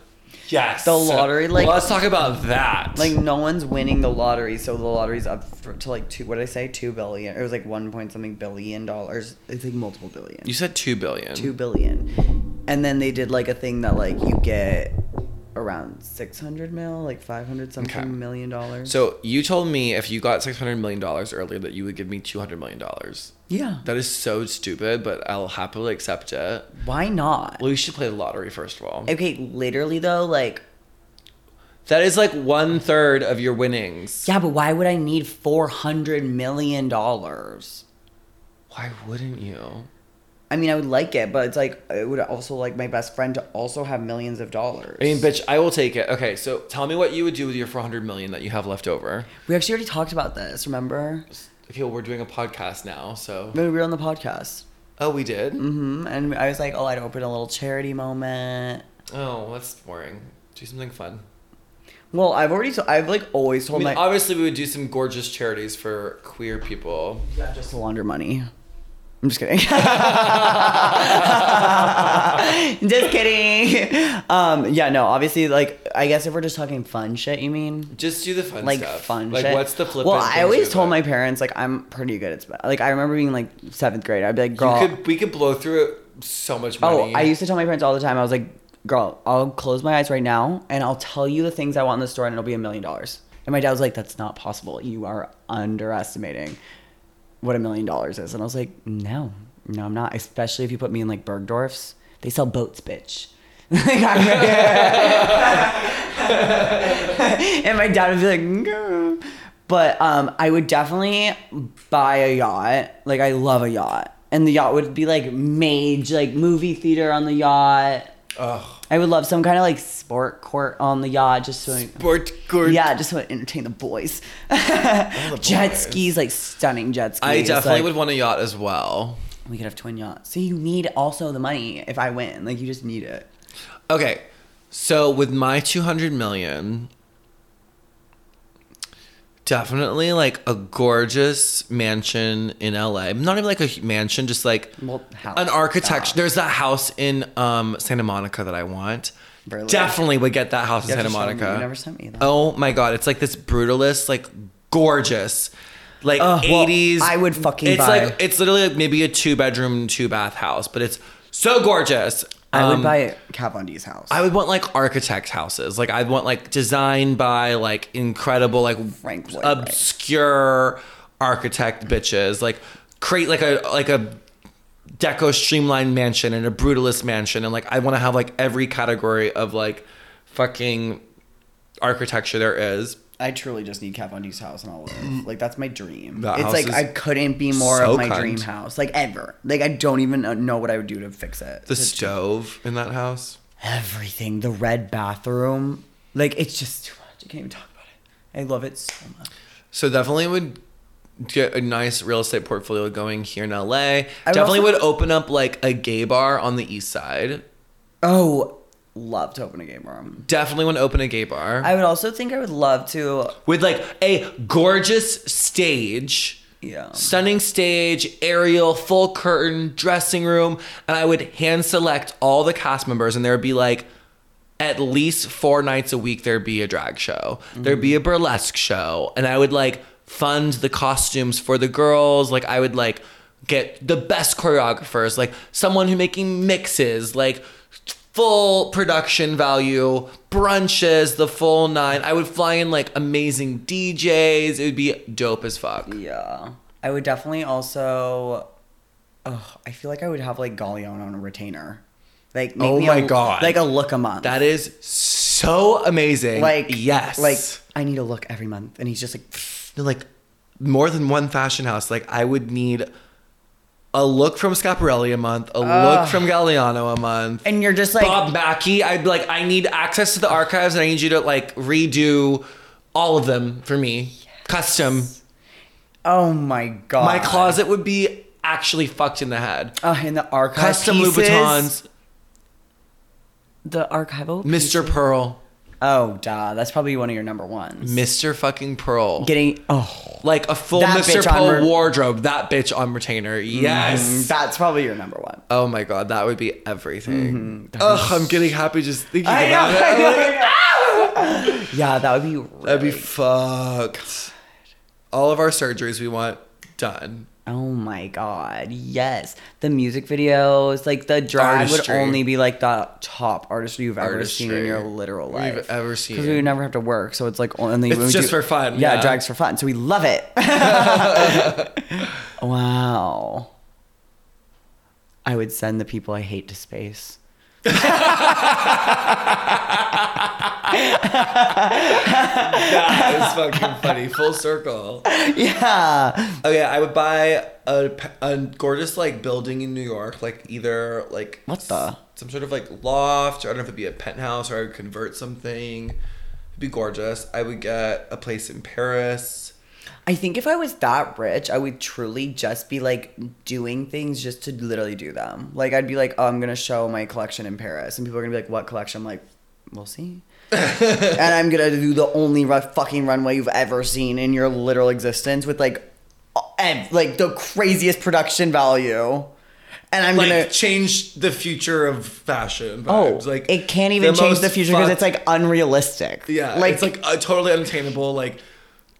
Speaker 1: Yes.
Speaker 2: The lottery, like-
Speaker 1: let's talk about that.
Speaker 2: Like no one's winning the lottery, so the lottery's up for, to like two. What did I say? Two billion. It was like one point something billion dollars. It's like multiple billion.
Speaker 1: you said two billion.
Speaker 2: two billion, and then they did like a thing that like you get around six hundred mil, like five hundred something
Speaker 1: Okay.
Speaker 2: million dollars.
Speaker 1: So you told me if you got six hundred million dollars earlier that you would give me two hundred million dollars.
Speaker 2: yeah,
Speaker 1: That is so stupid, but I'll happily accept it.
Speaker 2: why not?
Speaker 1: Well, we should play the lottery first of all.
Speaker 2: Okay, literally though, like
Speaker 1: That is like one third of your winnings.
Speaker 2: Yeah, but why would I need four hundred million dollars?
Speaker 1: Why wouldn't you?
Speaker 2: I mean, I would like it, but it's like it would also like my best friend to also have millions of dollars.
Speaker 1: I mean, bitch, I will take it. Okay, so tell me what you would do with your four hundred million that you have left over.
Speaker 2: we actually already talked about this. Remember
Speaker 1: Okay, we're doing a podcast now, so
Speaker 2: when we were on the podcast?
Speaker 1: oh, we did.
Speaker 2: hmm And I was like, oh, I'd open a little charity moment.
Speaker 1: Oh, that's boring. Do something fun.
Speaker 2: Well, I've already, t- I've like always
Speaker 1: I
Speaker 2: told
Speaker 1: mean,
Speaker 2: my
Speaker 1: obviously, we would do some gorgeous charities for queer people.
Speaker 2: yeah, just to launder money. I'm just kidding. just kidding. Um, yeah, no, obviously, like I guess if we're just talking fun shit, you mean?
Speaker 1: Just do the fun
Speaker 2: like
Speaker 1: stuff.
Speaker 2: fun
Speaker 1: Like,
Speaker 2: shit.
Speaker 1: what's the flip?
Speaker 2: well i always told my parents like i'm pretty good at sp- like i remember being like seventh grade i'd be like girl
Speaker 1: You could, we could blow through it so much
Speaker 2: oh
Speaker 1: money.
Speaker 2: i used to tell my parents all the time i was like girl i'll close my eyes right now and i'll tell you the things i want in the store and it'll be a million dollars and my dad was like that's not possible you are underestimating what a million dollars is and i was like no no i'm not especially if you put me in like bergdorf's they sell boats bitch Like, and my dad would be like, "Grr." but um, I would definitely buy a yacht. Like I love a yacht, and the yacht would be like mage, like movie theater on the yacht.
Speaker 1: Ugh.
Speaker 2: I would love some kind of like sport court on the yacht, just so
Speaker 1: Sport court.
Speaker 2: yeah, just to entertain the boys. jet
Speaker 1: boys.
Speaker 2: skis, like stunning jet skis.
Speaker 1: I definitely
Speaker 2: like,
Speaker 1: would want a yacht as well.
Speaker 2: We could have twin yachts. So you need also the money if I win. Like you just need it.
Speaker 1: Okay, so with my two hundred million, definitely like a gorgeous mansion in LA. Not even like a hu- mansion, just like
Speaker 2: Well, house.
Speaker 1: an architecture.
Speaker 2: Yeah.
Speaker 1: There's that house in um, Santa Monica that I want.
Speaker 2: Really?
Speaker 1: Definitely would get that house in
Speaker 2: You have
Speaker 1: Santa
Speaker 2: to show me.
Speaker 1: Monica.
Speaker 2: You never sent me that.
Speaker 1: Oh my god, it's like this brutalist, like gorgeous, like
Speaker 2: Ugh, well,
Speaker 1: eighties.
Speaker 2: I would fucking
Speaker 1: It's
Speaker 2: buy-
Speaker 1: like it's literally like maybe a two bedroom, two bath house, but it's so gorgeous.
Speaker 2: I would
Speaker 1: Um,
Speaker 2: buy Kat Von D's house.
Speaker 1: I would want like architect houses. Like I'd want like designed by like incredible like
Speaker 2: Frank Lloyd Wright.
Speaker 1: obscure architect bitches. Like create like a like a deco streamlined mansion and a brutalist mansion and like I want to have like every category of like fucking architecture there is.
Speaker 2: I truly just need Kat Von D's house and all of it. Like that's my dream.
Speaker 1: That
Speaker 2: it's
Speaker 1: house
Speaker 2: like
Speaker 1: is
Speaker 2: I couldn't be more
Speaker 1: so
Speaker 2: of my
Speaker 1: kind.
Speaker 2: dream house, like ever. Like I don't even uh, know what I would do to fix it.
Speaker 1: The stove in that house.
Speaker 2: Everything, the red bathroom, like it's just too much. I can't even talk about it. I love it so much.
Speaker 1: So definitely would get a nice real estate portfolio going here in LA.
Speaker 2: would
Speaker 1: definitely
Speaker 2: also-
Speaker 1: would open up like a gay bar on the east side.
Speaker 2: Oh, love to open a game room.
Speaker 1: Definitely want to open a gay bar.
Speaker 2: I would also think I would love to.
Speaker 1: with like a gorgeous stage,
Speaker 2: Yeah.
Speaker 1: stunning stage, aerial, full curtain, dressing room, and I would hand select all the cast members, and there would be like at least four nights a week there'd be a drag show, there'd be a burlesque show, and I would like fund the costumes for the girls, like I would like get the best choreographers, like someone who making mixes, like full production value, brunches, the full nine. I would fly in like amazing DJs. It would be dope as fuck.
Speaker 2: Yeah. I would definitely also. Ugh, I feel like I would have like Galleon on a retainer. Like make
Speaker 1: Oh
Speaker 2: me
Speaker 1: my
Speaker 2: a,
Speaker 1: God.
Speaker 2: like a look a month.
Speaker 1: That is so amazing.
Speaker 2: like
Speaker 1: yes.
Speaker 2: like I need a look every month, and he's just like,
Speaker 1: They're, like more than one fashion house. Like I would need a look from Scaparelli a month, a look from Galliano a month.
Speaker 2: and you're just like,
Speaker 1: Bob Mackey, I'd be like, I need access to the archives and I need you to like redo all of them for me. Custom.
Speaker 2: oh my god,
Speaker 1: My closet would be actually fucked in the head.
Speaker 2: Oh, and the archive
Speaker 1: Custom
Speaker 2: pieces,
Speaker 1: Louboutins,
Speaker 2: the archival,
Speaker 1: Mr. Pearl,
Speaker 2: Oh, duh, that's probably one of your number ones.
Speaker 1: Mr. fucking Pearl.
Speaker 2: Getting oh,
Speaker 1: like a full
Speaker 2: That
Speaker 1: Mr.
Speaker 2: bitch on
Speaker 1: Pearl
Speaker 2: re- Mm-hmm.
Speaker 1: wardrobe. That bitch on retainer. Yes.
Speaker 2: Mm, that's probably your number one.
Speaker 1: Oh my god, that would be everything. Ugh, I'm getting happy just thinking
Speaker 2: Mm-hmm. I know,
Speaker 1: about it.
Speaker 2: I
Speaker 1: I'm
Speaker 2: know,
Speaker 1: like,
Speaker 2: I know. yeah, that would be really,
Speaker 1: That'd be fucked. All of our surgeries we want done.
Speaker 2: Oh my god, yes. The music videos, like the drag
Speaker 1: Artistry.
Speaker 2: would only be like the top artistry you've ever seen in
Speaker 1: Artistry
Speaker 2: your literal
Speaker 1: we've
Speaker 2: life.
Speaker 1: ever
Speaker 2: Because we
Speaker 1: seen.
Speaker 2: would never have to work, so it's like only
Speaker 1: It's
Speaker 2: we
Speaker 1: just for fun,
Speaker 2: Yeah,
Speaker 1: yeah.
Speaker 2: drag's for fun, so we love it. wow. I would send the people I hate to space.
Speaker 1: That is fucking funny. Full circle.
Speaker 2: Yeah.
Speaker 1: Okay, I would buy a, p- a gorgeous like building in New York, like either like
Speaker 2: What the?
Speaker 1: some sort of like loft, or I don't know if it'd be a penthouse, or I would convert something. It'd be gorgeous. I would get a place in Paris.
Speaker 2: I think if I was that rich, I would truly just be like doing things just to literally do them. Like I'd be like, oh, I'm gonna show my collection in Paris, and people are gonna be like, what collection? I'm like, we'll see. and I'm gonna do the only ru- fucking runway you've ever seen in your literal existence with like, ev- like the craziest production value. And I'm
Speaker 1: like
Speaker 2: gonna
Speaker 1: change the future of fashion.
Speaker 2: oh,
Speaker 1: vibes. like
Speaker 2: it can't even change
Speaker 1: most
Speaker 2: the future because
Speaker 1: fuck-
Speaker 2: it's like unrealistic.
Speaker 1: yeah,
Speaker 2: like,
Speaker 1: it's like a totally unattainable like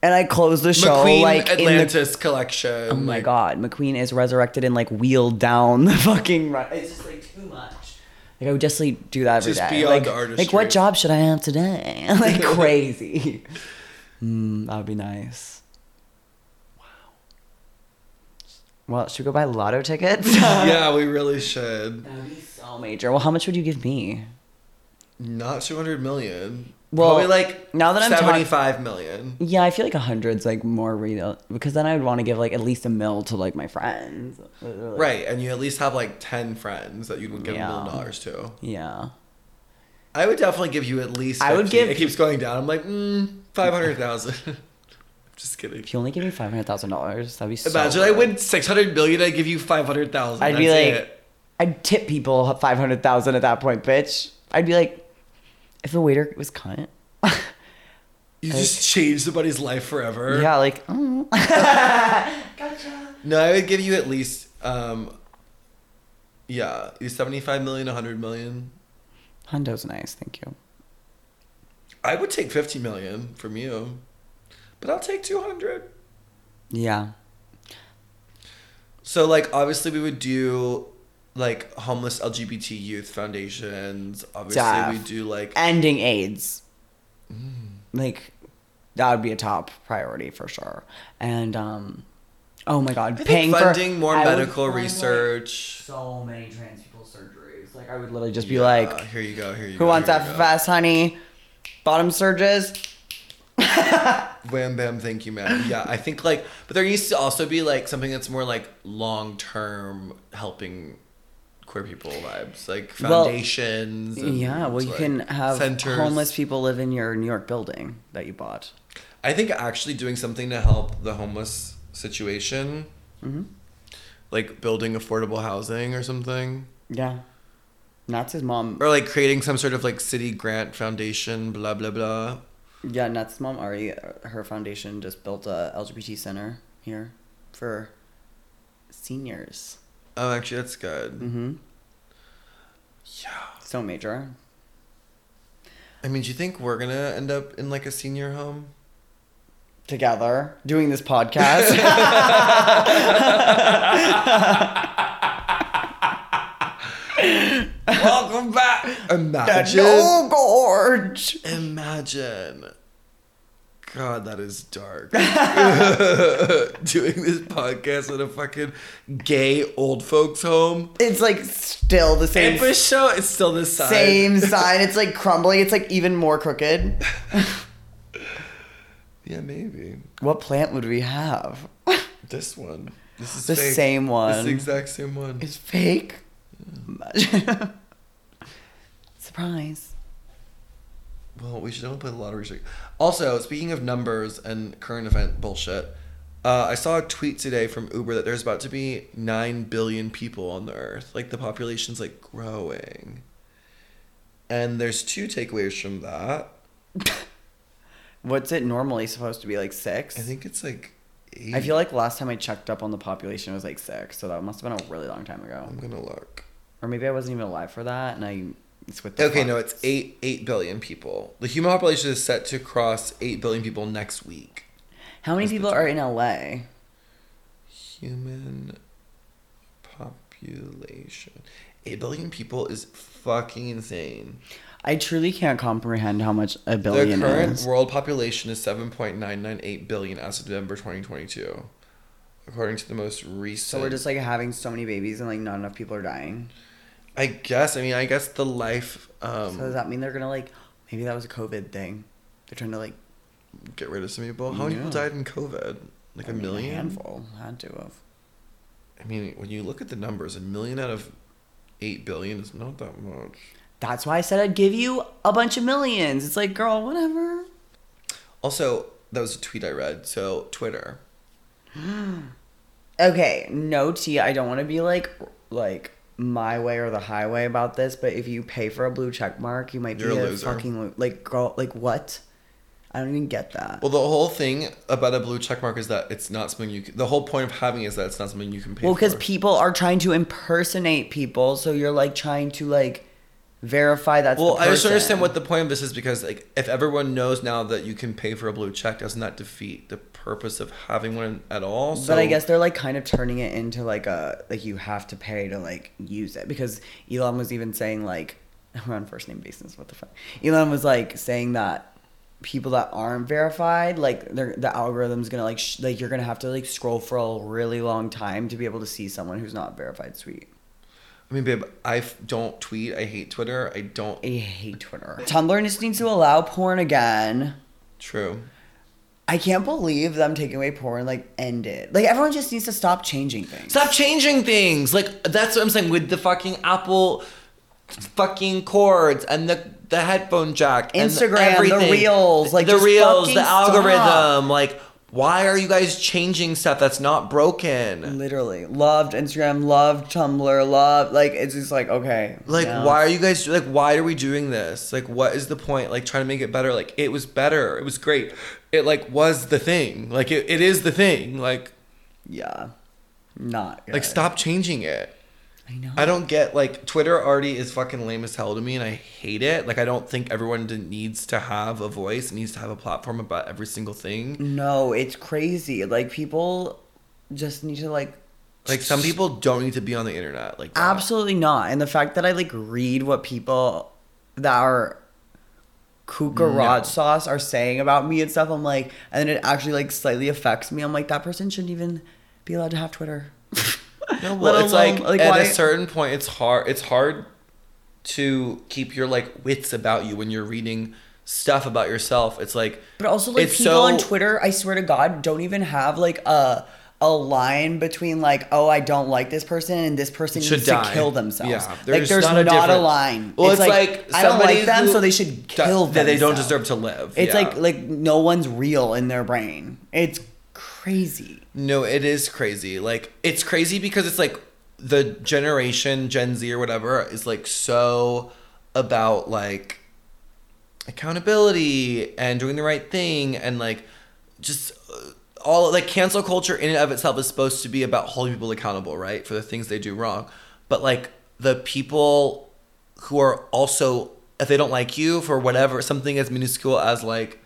Speaker 2: and I close the show
Speaker 1: McQueen
Speaker 2: like in the
Speaker 1: Atlantis collection.
Speaker 2: Oh my god, McQueen is resurrected and like wheeled down the fucking run. It's just like too much. Like I would just like do that every day.
Speaker 1: Just beyond
Speaker 2: like,
Speaker 1: artistry.
Speaker 2: like what job should I have today? like crazy. mm, that would be nice. Wow. Well, should we go buy lotto tickets? that
Speaker 1: Yeah, we really should.
Speaker 2: would be so major. Well, how much would you give me?
Speaker 1: Not two hundred million.
Speaker 2: Well,
Speaker 1: Probably like
Speaker 2: now that I'm talk-
Speaker 1: seventy-five million.
Speaker 2: Yeah, I feel like a hundred's like more real because then I would want to give like at least a mil to like my friends.
Speaker 1: Right, and you at least have like ten friends that you would give a million
Speaker 2: Yeah.
Speaker 1: dollars to.
Speaker 2: Yeah.
Speaker 1: I would definitely give you at least. 50.
Speaker 2: I would give-
Speaker 1: It keeps going down. I'm like mm, five hundred thousand. I'm just kidding.
Speaker 2: If you only give me five hundred thousand dollars, that'd be so
Speaker 1: Imagine I
Speaker 2: worth it.
Speaker 1: win six hundred million. I give you five hundred thousand.
Speaker 2: I'd be like, I'd tip people five hundred thousand at that point, bitch. I'd be like, if the waiter was cunt,
Speaker 1: you just change somebody's life forever.
Speaker 2: yeah, like, mm.
Speaker 1: No, I would give you at least um yeah, either 75 million, 100 million.
Speaker 2: Hondo's nice, thank you.
Speaker 1: I would take 50 million from you. But I'll take 200.
Speaker 2: Yeah,
Speaker 1: So like obviously we would do like homeless LGBT youth foundations. Obviously
Speaker 2: Duh.
Speaker 1: we do like
Speaker 2: ending AIDS,
Speaker 1: Mm.
Speaker 2: like, that would be a top priority for sure. And um, oh my god,
Speaker 1: I think
Speaker 2: paying
Speaker 1: funding
Speaker 2: for,
Speaker 1: more
Speaker 2: I would
Speaker 1: medical
Speaker 2: fund, like,
Speaker 1: research.
Speaker 2: so many trans people surgeries, like I would literally just be
Speaker 1: Yeah,
Speaker 2: like,
Speaker 1: here you go, here you go.
Speaker 2: who wants
Speaker 1: here you
Speaker 2: that
Speaker 1: go.
Speaker 2: fast honey? Bottom surges,
Speaker 1: Wham bam, thank you, man. Yeah, I think like, but there needs to also be like something that's more like long term helping queer people vibes, like
Speaker 2: Well,
Speaker 1: foundations. and,
Speaker 2: Yeah, well, you
Speaker 1: like,
Speaker 2: can have
Speaker 1: centers.
Speaker 2: homeless people live in your New York building that you bought.
Speaker 1: I think actually doing something to help the homeless situation,
Speaker 2: Mm-hmm.
Speaker 1: like building affordable housing or something,
Speaker 2: Yeah. Nuts' his mom.
Speaker 1: or like creating some sort of like city grant foundation, blah blah blah.
Speaker 2: Yeah, Nuts' mom already, uh, her foundation just built a LGBT center here for seniors.
Speaker 1: Oh, actually, that's good.
Speaker 2: Mm-hmm.
Speaker 1: Yeah.
Speaker 2: So major.
Speaker 1: I mean, do you think we're gonna end up in like a senior home?
Speaker 2: Together, doing this podcast.
Speaker 1: Welcome back. Imagine.
Speaker 2: No gorge.
Speaker 1: Imagine. God, that is dark. Doing this podcast at a fucking gay old folks home.
Speaker 2: It's like still the same
Speaker 1: If a show is still the side.
Speaker 2: same sign. It's like crumbling. It's like even more crooked.
Speaker 1: Yeah, maybe.
Speaker 2: What plant would we have?
Speaker 1: This one. This is
Speaker 2: The
Speaker 1: fake.
Speaker 2: same
Speaker 1: It's
Speaker 2: one.
Speaker 1: the exact same one.
Speaker 2: It's fake. Imagine. Surprise.
Speaker 1: Well, we should definitely play the lottery trick. Also, speaking of numbers and current event bullshit, uh, I saw a tweet today from Uber that there's about to be 9 billion people on the earth. Like, the population's like growing. And there's two takeaways from that.
Speaker 2: What's it normally supposed to be like six?
Speaker 1: I think it's like eight.
Speaker 2: I feel like last time I checked up on the population was like six, so that must have been a really long time ago.
Speaker 1: I'm going to look.
Speaker 2: Or maybe I wasn't even alive for that, and I switched. The
Speaker 1: Okay,
Speaker 2: fuck.
Speaker 1: no, it's 8 8 billion people. The human population is set to cross 8 billion people next week.
Speaker 2: How many
Speaker 1: That's the
Speaker 2: people are in LA?
Speaker 1: human population. Eight billion people is fucking insane.
Speaker 2: I truly can't comprehend how much a billion
Speaker 1: the current
Speaker 2: is.
Speaker 1: world population is 7.998 billion as of November 2022, according to the most recent.
Speaker 2: So we're just like having so many babies, and like not enough people are dying.
Speaker 1: I guess. I mean, I guess the life. Um,
Speaker 2: So does that mean they're gonna like? Maybe that was a COVID thing. They're trying to like
Speaker 1: get rid of some people. How many people
Speaker 2: Yeah.
Speaker 1: died in COVID? Like
Speaker 2: I
Speaker 1: a
Speaker 2: mean,
Speaker 1: million.
Speaker 2: handful had to have.
Speaker 1: I mean, when you look at the numbers, a million out of eight billion is not that much.
Speaker 2: That's why I said I'd give you a bunch of millions. It's like, girl, whatever.
Speaker 1: Also, that was a tweet I read. So Twitter.
Speaker 2: Okay, no tea. I don't want to be like like my way or the highway about this, but if you pay for a blue check mark, you might
Speaker 1: You're
Speaker 2: be
Speaker 1: a
Speaker 2: a,
Speaker 1: loser.
Speaker 2: fucking lo- like girl. Like what? I don't even get that.
Speaker 1: Well, the whole thing about a blue check mark is that it's not something you. Can, the whole point of having it is that it's not something you can pay
Speaker 2: Well,
Speaker 1: for.
Speaker 2: because people are trying to impersonate people, so you're like trying to like verify that's.
Speaker 1: Well,
Speaker 2: the
Speaker 1: I just don't
Speaker 2: person.
Speaker 1: understand what the point of this is because, like, if everyone knows now that you can pay for a blue check, doesn't that defeat the purpose of having one at all? So,
Speaker 2: but I guess they're like kind of turning it into like a like you have to pay to like use it because Elon was even saying like we're on first name basis. What the fuck? Elon was like saying that people that aren't verified like they're, the algorithm's gonna like sh- like you're gonna have to like scroll for a really long time to be able to see someone who's not verified. Sweet.
Speaker 1: I mean, babe, I f- don't tweet. I hate Twitter. I don't.
Speaker 2: I hate Twitter. Tumblr just needs to allow porn again.
Speaker 1: True.
Speaker 2: I can't believe them taking away porn like ended. Like everyone just needs to stop changing things.
Speaker 1: Stop changing things. Like that's what I'm saying with the fucking Apple, fucking cords and the the headphone jack, and
Speaker 2: Instagram, the
Speaker 1: everything.
Speaker 2: Reels, like,
Speaker 1: the
Speaker 2: just
Speaker 1: reels,
Speaker 2: fucking
Speaker 1: the algorithm.
Speaker 2: stop.
Speaker 1: Like, why are you guys changing stuff that's not broken?
Speaker 2: Literally loved Instagram, loved Tumblr, loved like it's just like okay.
Speaker 1: Like,
Speaker 2: no.
Speaker 1: why are you guys like? Why are we doing this? Like, what is the point? Like, trying to make it better. Like, it was better. It was great. It like was the thing. Like, it, it is the thing. Like,
Speaker 2: Yeah, not
Speaker 1: like
Speaker 2: good.
Speaker 1: stop changing it.
Speaker 2: I know.
Speaker 1: I don't get like Twitter already is fucking lame as hell to me, and I hate it. Like I don't think everyone d- needs to have a voice, needs to have a platform about every single thing.
Speaker 2: no, it's crazy. Like people just need to like
Speaker 1: Like some people don't need to be on the internet. Like that.
Speaker 2: absolutely not. And the fact that I like read what people that are kukaraj
Speaker 1: No.
Speaker 2: sauce are saying about me and stuff, I'm like, and then it actually like slightly affects me. I'm like, that person shouldn't even be allowed to have Twitter.
Speaker 1: No,
Speaker 2: Let
Speaker 1: well, it's
Speaker 2: alone-
Speaker 1: like, at
Speaker 2: why-
Speaker 1: a certain point, it's hard. It's hard to keep your like wits about you when you're reading stuff about yourself. It's like,
Speaker 2: But also, like
Speaker 1: it's
Speaker 2: people
Speaker 1: so-
Speaker 2: on Twitter, I swear to God, don't even have like a a line between like, oh, I don't like this person and this person
Speaker 1: should
Speaker 2: needs
Speaker 1: die.
Speaker 2: to kill themselves.
Speaker 1: Yeah,
Speaker 2: like there's not, a,
Speaker 1: difference.
Speaker 2: line.
Speaker 1: Well, it's, like,
Speaker 2: I don't
Speaker 1: somebody
Speaker 2: like them,
Speaker 1: who
Speaker 2: so they should
Speaker 1: di-
Speaker 2: kill
Speaker 1: that they don't
Speaker 2: themselves.
Speaker 1: deserve to live.
Speaker 2: It's
Speaker 1: Yeah.
Speaker 2: like like no one's real in their brain. It's crazy.
Speaker 1: No, it is crazy. Like it's crazy because it's like the generation Gen Z or whatever is like so about like accountability and doing the right thing and like just uh, all like cancel culture in and of itself is supposed to be about holding people accountable, right, for the things they do wrong. But like the people who are also if they don't like you for whatever something as minuscule as like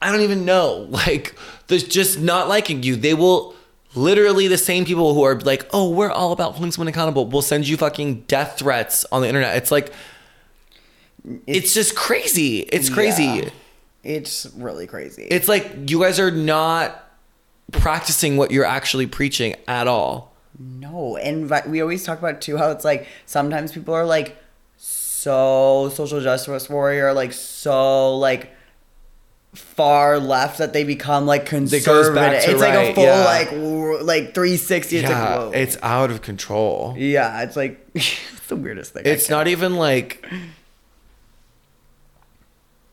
Speaker 1: I don't even know. Like, there's just not liking you. They will Literally, the same people who are like, "Oh, we're all about holding someone accountable," will send you fucking death threats on the internet. It's like, it's, just crazy. It's crazy.
Speaker 2: Yeah. It's really crazy.
Speaker 1: It's like you guys are not practicing what you're actually preaching at all.
Speaker 2: No, and vi- we always talk about too how it's like sometimes people are like so social justice warrior, like so like far left that they become like
Speaker 1: goes back
Speaker 2: conservative.
Speaker 1: to
Speaker 2: it's like a
Speaker 1: right,
Speaker 2: full
Speaker 1: yeah.
Speaker 2: like w- like three sixty. It's like
Speaker 1: Yeah,
Speaker 2: whoa.
Speaker 1: it's out of control.
Speaker 2: yeah, it's like it's the weirdest thing. I
Speaker 1: It's not even like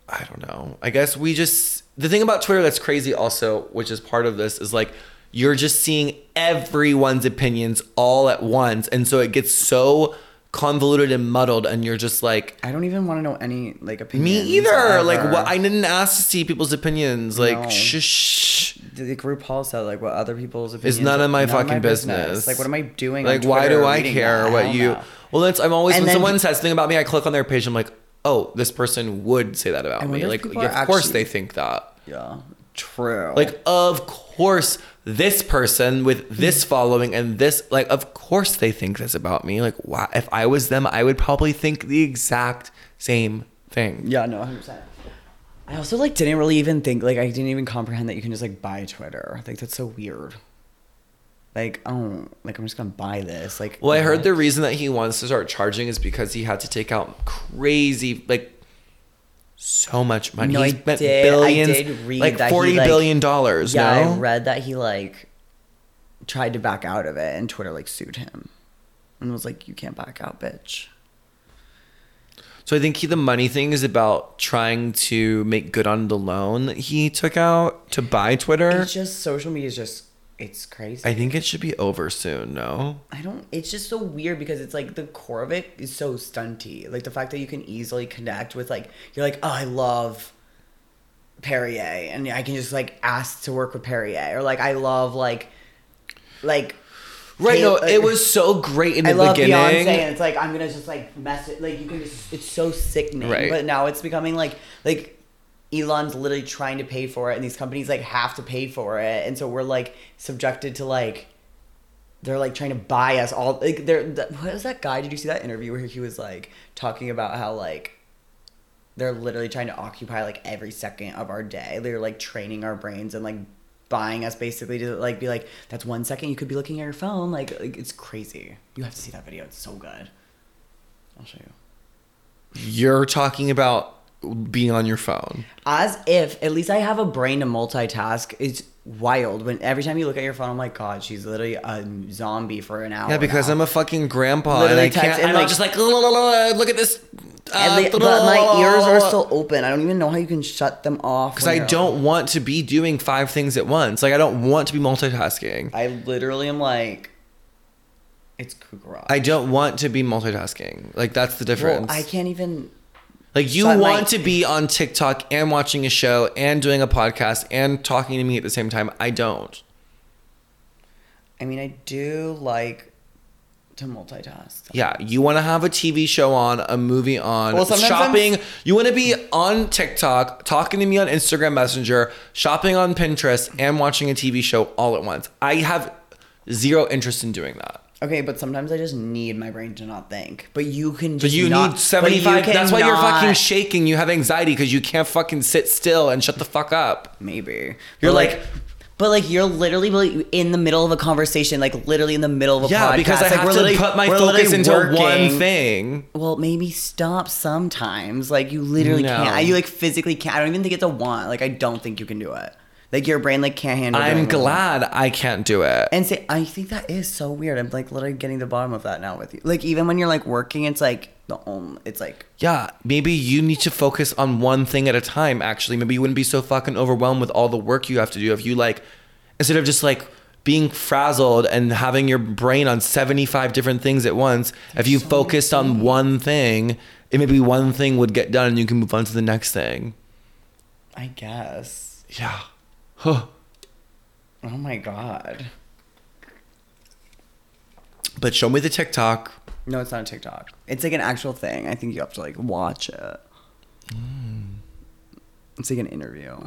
Speaker 1: I don't know. I guess we just the thing about Twitter that's crazy also, which is part of this, is like you're just seeing everyone's opinions all at once, and so it gets so convoluted and muddled, and you're just like,
Speaker 2: I don't even want to know any like opinion.
Speaker 1: me either. Like, what? I didn't ask to see people's opinions. Like,
Speaker 2: No.
Speaker 1: shh, shh.
Speaker 2: the group Paul said like what other people's opinions
Speaker 1: none of my fucking business.
Speaker 2: Like what am I doing? on
Speaker 1: Like, why
Speaker 2: Twitter
Speaker 1: do I
Speaker 2: reading
Speaker 1: care
Speaker 2: that?
Speaker 1: what
Speaker 2: Hell
Speaker 1: you?
Speaker 2: no.
Speaker 1: Well, that's I'm always
Speaker 2: And
Speaker 1: when
Speaker 2: then-
Speaker 1: someone says something about me, I click on their page. I'm like, oh, this person would say that about
Speaker 2: I
Speaker 1: me.
Speaker 2: wonder if
Speaker 1: Like,
Speaker 2: people
Speaker 1: of
Speaker 2: are
Speaker 1: course
Speaker 2: actually-
Speaker 1: they think that.
Speaker 2: Yeah, true.
Speaker 1: Like, of course this person with this following and this like, of course they think this about me. Like, why? If I was them, I would probably think the exact same thing.
Speaker 2: Yeah, no, 100%. I also like didn't really even think like I didn't even comprehend that you can just like buy Twitter. Like that's so weird. Like oh, like I'm just gonna buy this. Like
Speaker 1: Well, I heard
Speaker 2: the
Speaker 1: the reason that he wants to start charging is because he had to take out crazy like so much money.
Speaker 2: No,
Speaker 1: he
Speaker 2: I
Speaker 1: spent
Speaker 2: did- I
Speaker 1: billions,
Speaker 2: did read
Speaker 1: like
Speaker 2: that he,
Speaker 1: forty billion
Speaker 2: like-
Speaker 1: dollars.
Speaker 2: yeah,
Speaker 1: no?
Speaker 2: I read that he like tried to back out of it, and Twitter like sued him, and was like, "You can't back out, bitch."
Speaker 1: So I think he, the money thing is about trying to make good on the loan that he took out to buy Twitter.
Speaker 2: It's just social media is just it's crazy.
Speaker 1: I
Speaker 2: I,
Speaker 1: think it should be over soon. No,
Speaker 2: don't. It's just so weird because it's like the core of it is so stunty. Like the fact that you can easily connect with like you're like oh I love Perrier and I can just like ask to work with Perrier or like I love like like
Speaker 1: right? No,
Speaker 2: Taylor-
Speaker 1: it was so great in the
Speaker 2: uh, I love
Speaker 1: beginning.
Speaker 2: Beyonce, and it's like I'm gonna just like mess it. Like you can just, it's so sickening.
Speaker 1: Right.
Speaker 2: But now it's becoming like like Elon's literally trying to pay for it, and these companies like have to pay for it, and so we're like subjected to like they're like trying to buy us all. Like they're th- what was that guy? Did you see that interview where he was like talking about how like they're literally trying to occupy like every second of our day. They're like training our brains and like buying us basically to like be like that's one second you could be looking at your phone. Like, like it's crazy. You have to see that video. It's so good. I'll show you.
Speaker 1: You're talking about being on your phone.
Speaker 2: As if at least I have a brain to multitask. It's wild when every time you look at your phone, I'm like, God, she's literally a zombie for an hour.
Speaker 1: Yeah, because
Speaker 2: now."
Speaker 1: I'm a fucking grandpa
Speaker 2: Oh, Literally
Speaker 1: and I can't.
Speaker 2: text and
Speaker 1: I'm
Speaker 2: like-
Speaker 1: not just like "La, la, la, la, look at this. uh,
Speaker 2: At le- but my ears are still open. I don't even know how you can shut them off.
Speaker 1: because
Speaker 2: when
Speaker 1: I
Speaker 2: you're-
Speaker 1: don't want to be doing five things at once. Like I don't want to be multitasking.
Speaker 2: I literally am like, it's Kugara.
Speaker 1: I don't want to be multitasking. Like that's the difference.
Speaker 2: I can't even.
Speaker 1: like you
Speaker 2: but,
Speaker 1: want
Speaker 2: like-
Speaker 1: to be on TikTok and watching a show and doing a podcast and talking to me at the same time. I don't.
Speaker 2: I mean, I do like to multitask.
Speaker 1: Yeah, you want to have a TV show on, a movie on,
Speaker 2: Well, sometimes I'm-
Speaker 1: shopping. You want to be on TikTok, talking to me on Instagram Messenger, shopping on Pinterest, and watching a TV show all at once. I have zero interest in doing that.
Speaker 2: Okay, but sometimes I just need my brain to not think. But you can.
Speaker 1: But
Speaker 2: Just
Speaker 1: you
Speaker 2: not,
Speaker 1: need 75.
Speaker 2: but you
Speaker 1: that's why you're
Speaker 2: cannot-
Speaker 1: fucking shaking. You have anxiety because you can't fucking sit still and shut the fuck up.
Speaker 2: Maybe
Speaker 1: You're
Speaker 2: But,
Speaker 1: like-
Speaker 2: But like you're literally like, in the middle of a conversation, like literally in the middle of a podcast.
Speaker 1: Yeah, because I
Speaker 2: Like, we're
Speaker 1: have
Speaker 2: literally-
Speaker 1: to put my
Speaker 2: we're
Speaker 1: focus
Speaker 2: literally
Speaker 1: into
Speaker 2: working.
Speaker 1: one thing.
Speaker 2: Well, maybe stop sometimes. Like you literally
Speaker 1: No.
Speaker 2: can't. You like physically can't. I don't even think it's a want. Like I don't think you can do it. Like your brain like can't handle.
Speaker 1: I'm
Speaker 2: doing one.
Speaker 1: glad I can't do it.
Speaker 2: And say, I think that is so weird. I'm like literally getting the bottom of that now with you. Like even when you're like working, it's like the only. It's like
Speaker 1: Yeah, maybe you need to focus on one thing at a time, actually. Maybe you wouldn't be so fucking overwhelmed with all the work you have to do if you, like, instead of just like being frazzled and having your brain on 75 different things at once, if you focused on one thing, it maybe one thing would get done and you can move on to the next thing.
Speaker 2: I guess.
Speaker 1: Yeah. Huh.
Speaker 2: Oh my god.
Speaker 1: But show me the TikTok.
Speaker 2: No, it's not a TikTok. It's like an actual thing. I think you have to like watch it. It's like an interview.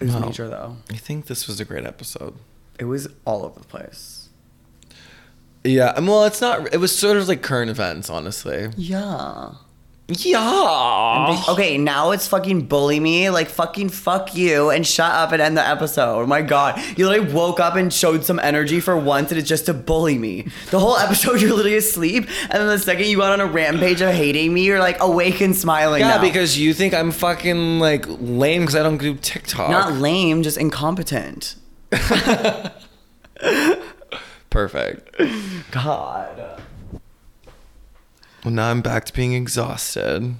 Speaker 2: It was
Speaker 1: Wow.
Speaker 2: major though.
Speaker 1: I think this was a great episode.
Speaker 2: it was all over the place.
Speaker 1: Yeah. and Well, it's not. It was sort of like current events, honestly.
Speaker 2: Yeah.
Speaker 1: Yeah.
Speaker 2: Okay, now it's fucking bully me. Like fucking fuck you and shut up and end the episode. Oh my god. You literally woke up and showed some energy for once and it's just to bully me. The whole episode you're literally asleep and then the second you got on a rampage of hating me, you're like awake and smiling.
Speaker 1: Yeah,
Speaker 2: now.
Speaker 1: because you think I'm fucking like lame because I don't do TikTok.
Speaker 2: not lame, just incompetent.
Speaker 1: Perfect.
Speaker 2: God.
Speaker 1: Well, now I'm back to being exhausted,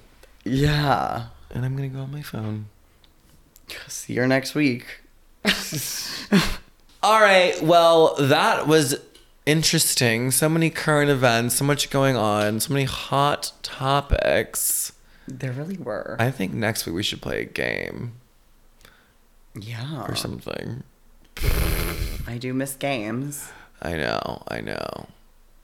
Speaker 2: Yeah.
Speaker 1: and I'm gonna go on my phone.
Speaker 2: See you next week.
Speaker 1: All right. Well, that was interesting. So many current events, so much going on, so many hot topics.
Speaker 2: There really were.
Speaker 1: I think next week we should play a game
Speaker 2: yeah.
Speaker 1: or something.
Speaker 2: I do miss games.
Speaker 1: I know. I know.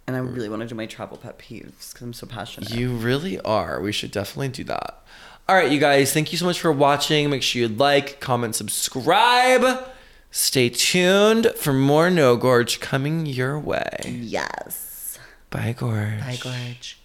Speaker 2: And I really want to do my travel pet peeves because I'm so passionate.
Speaker 1: You really are. We should definitely do that. All right, you guys, thank you so much for watching. Make sure you like, comment, subscribe. Stay tuned for more No Gorge coming your way.
Speaker 2: yes.
Speaker 1: Bye, Gorge.
Speaker 2: Bye, Gorge.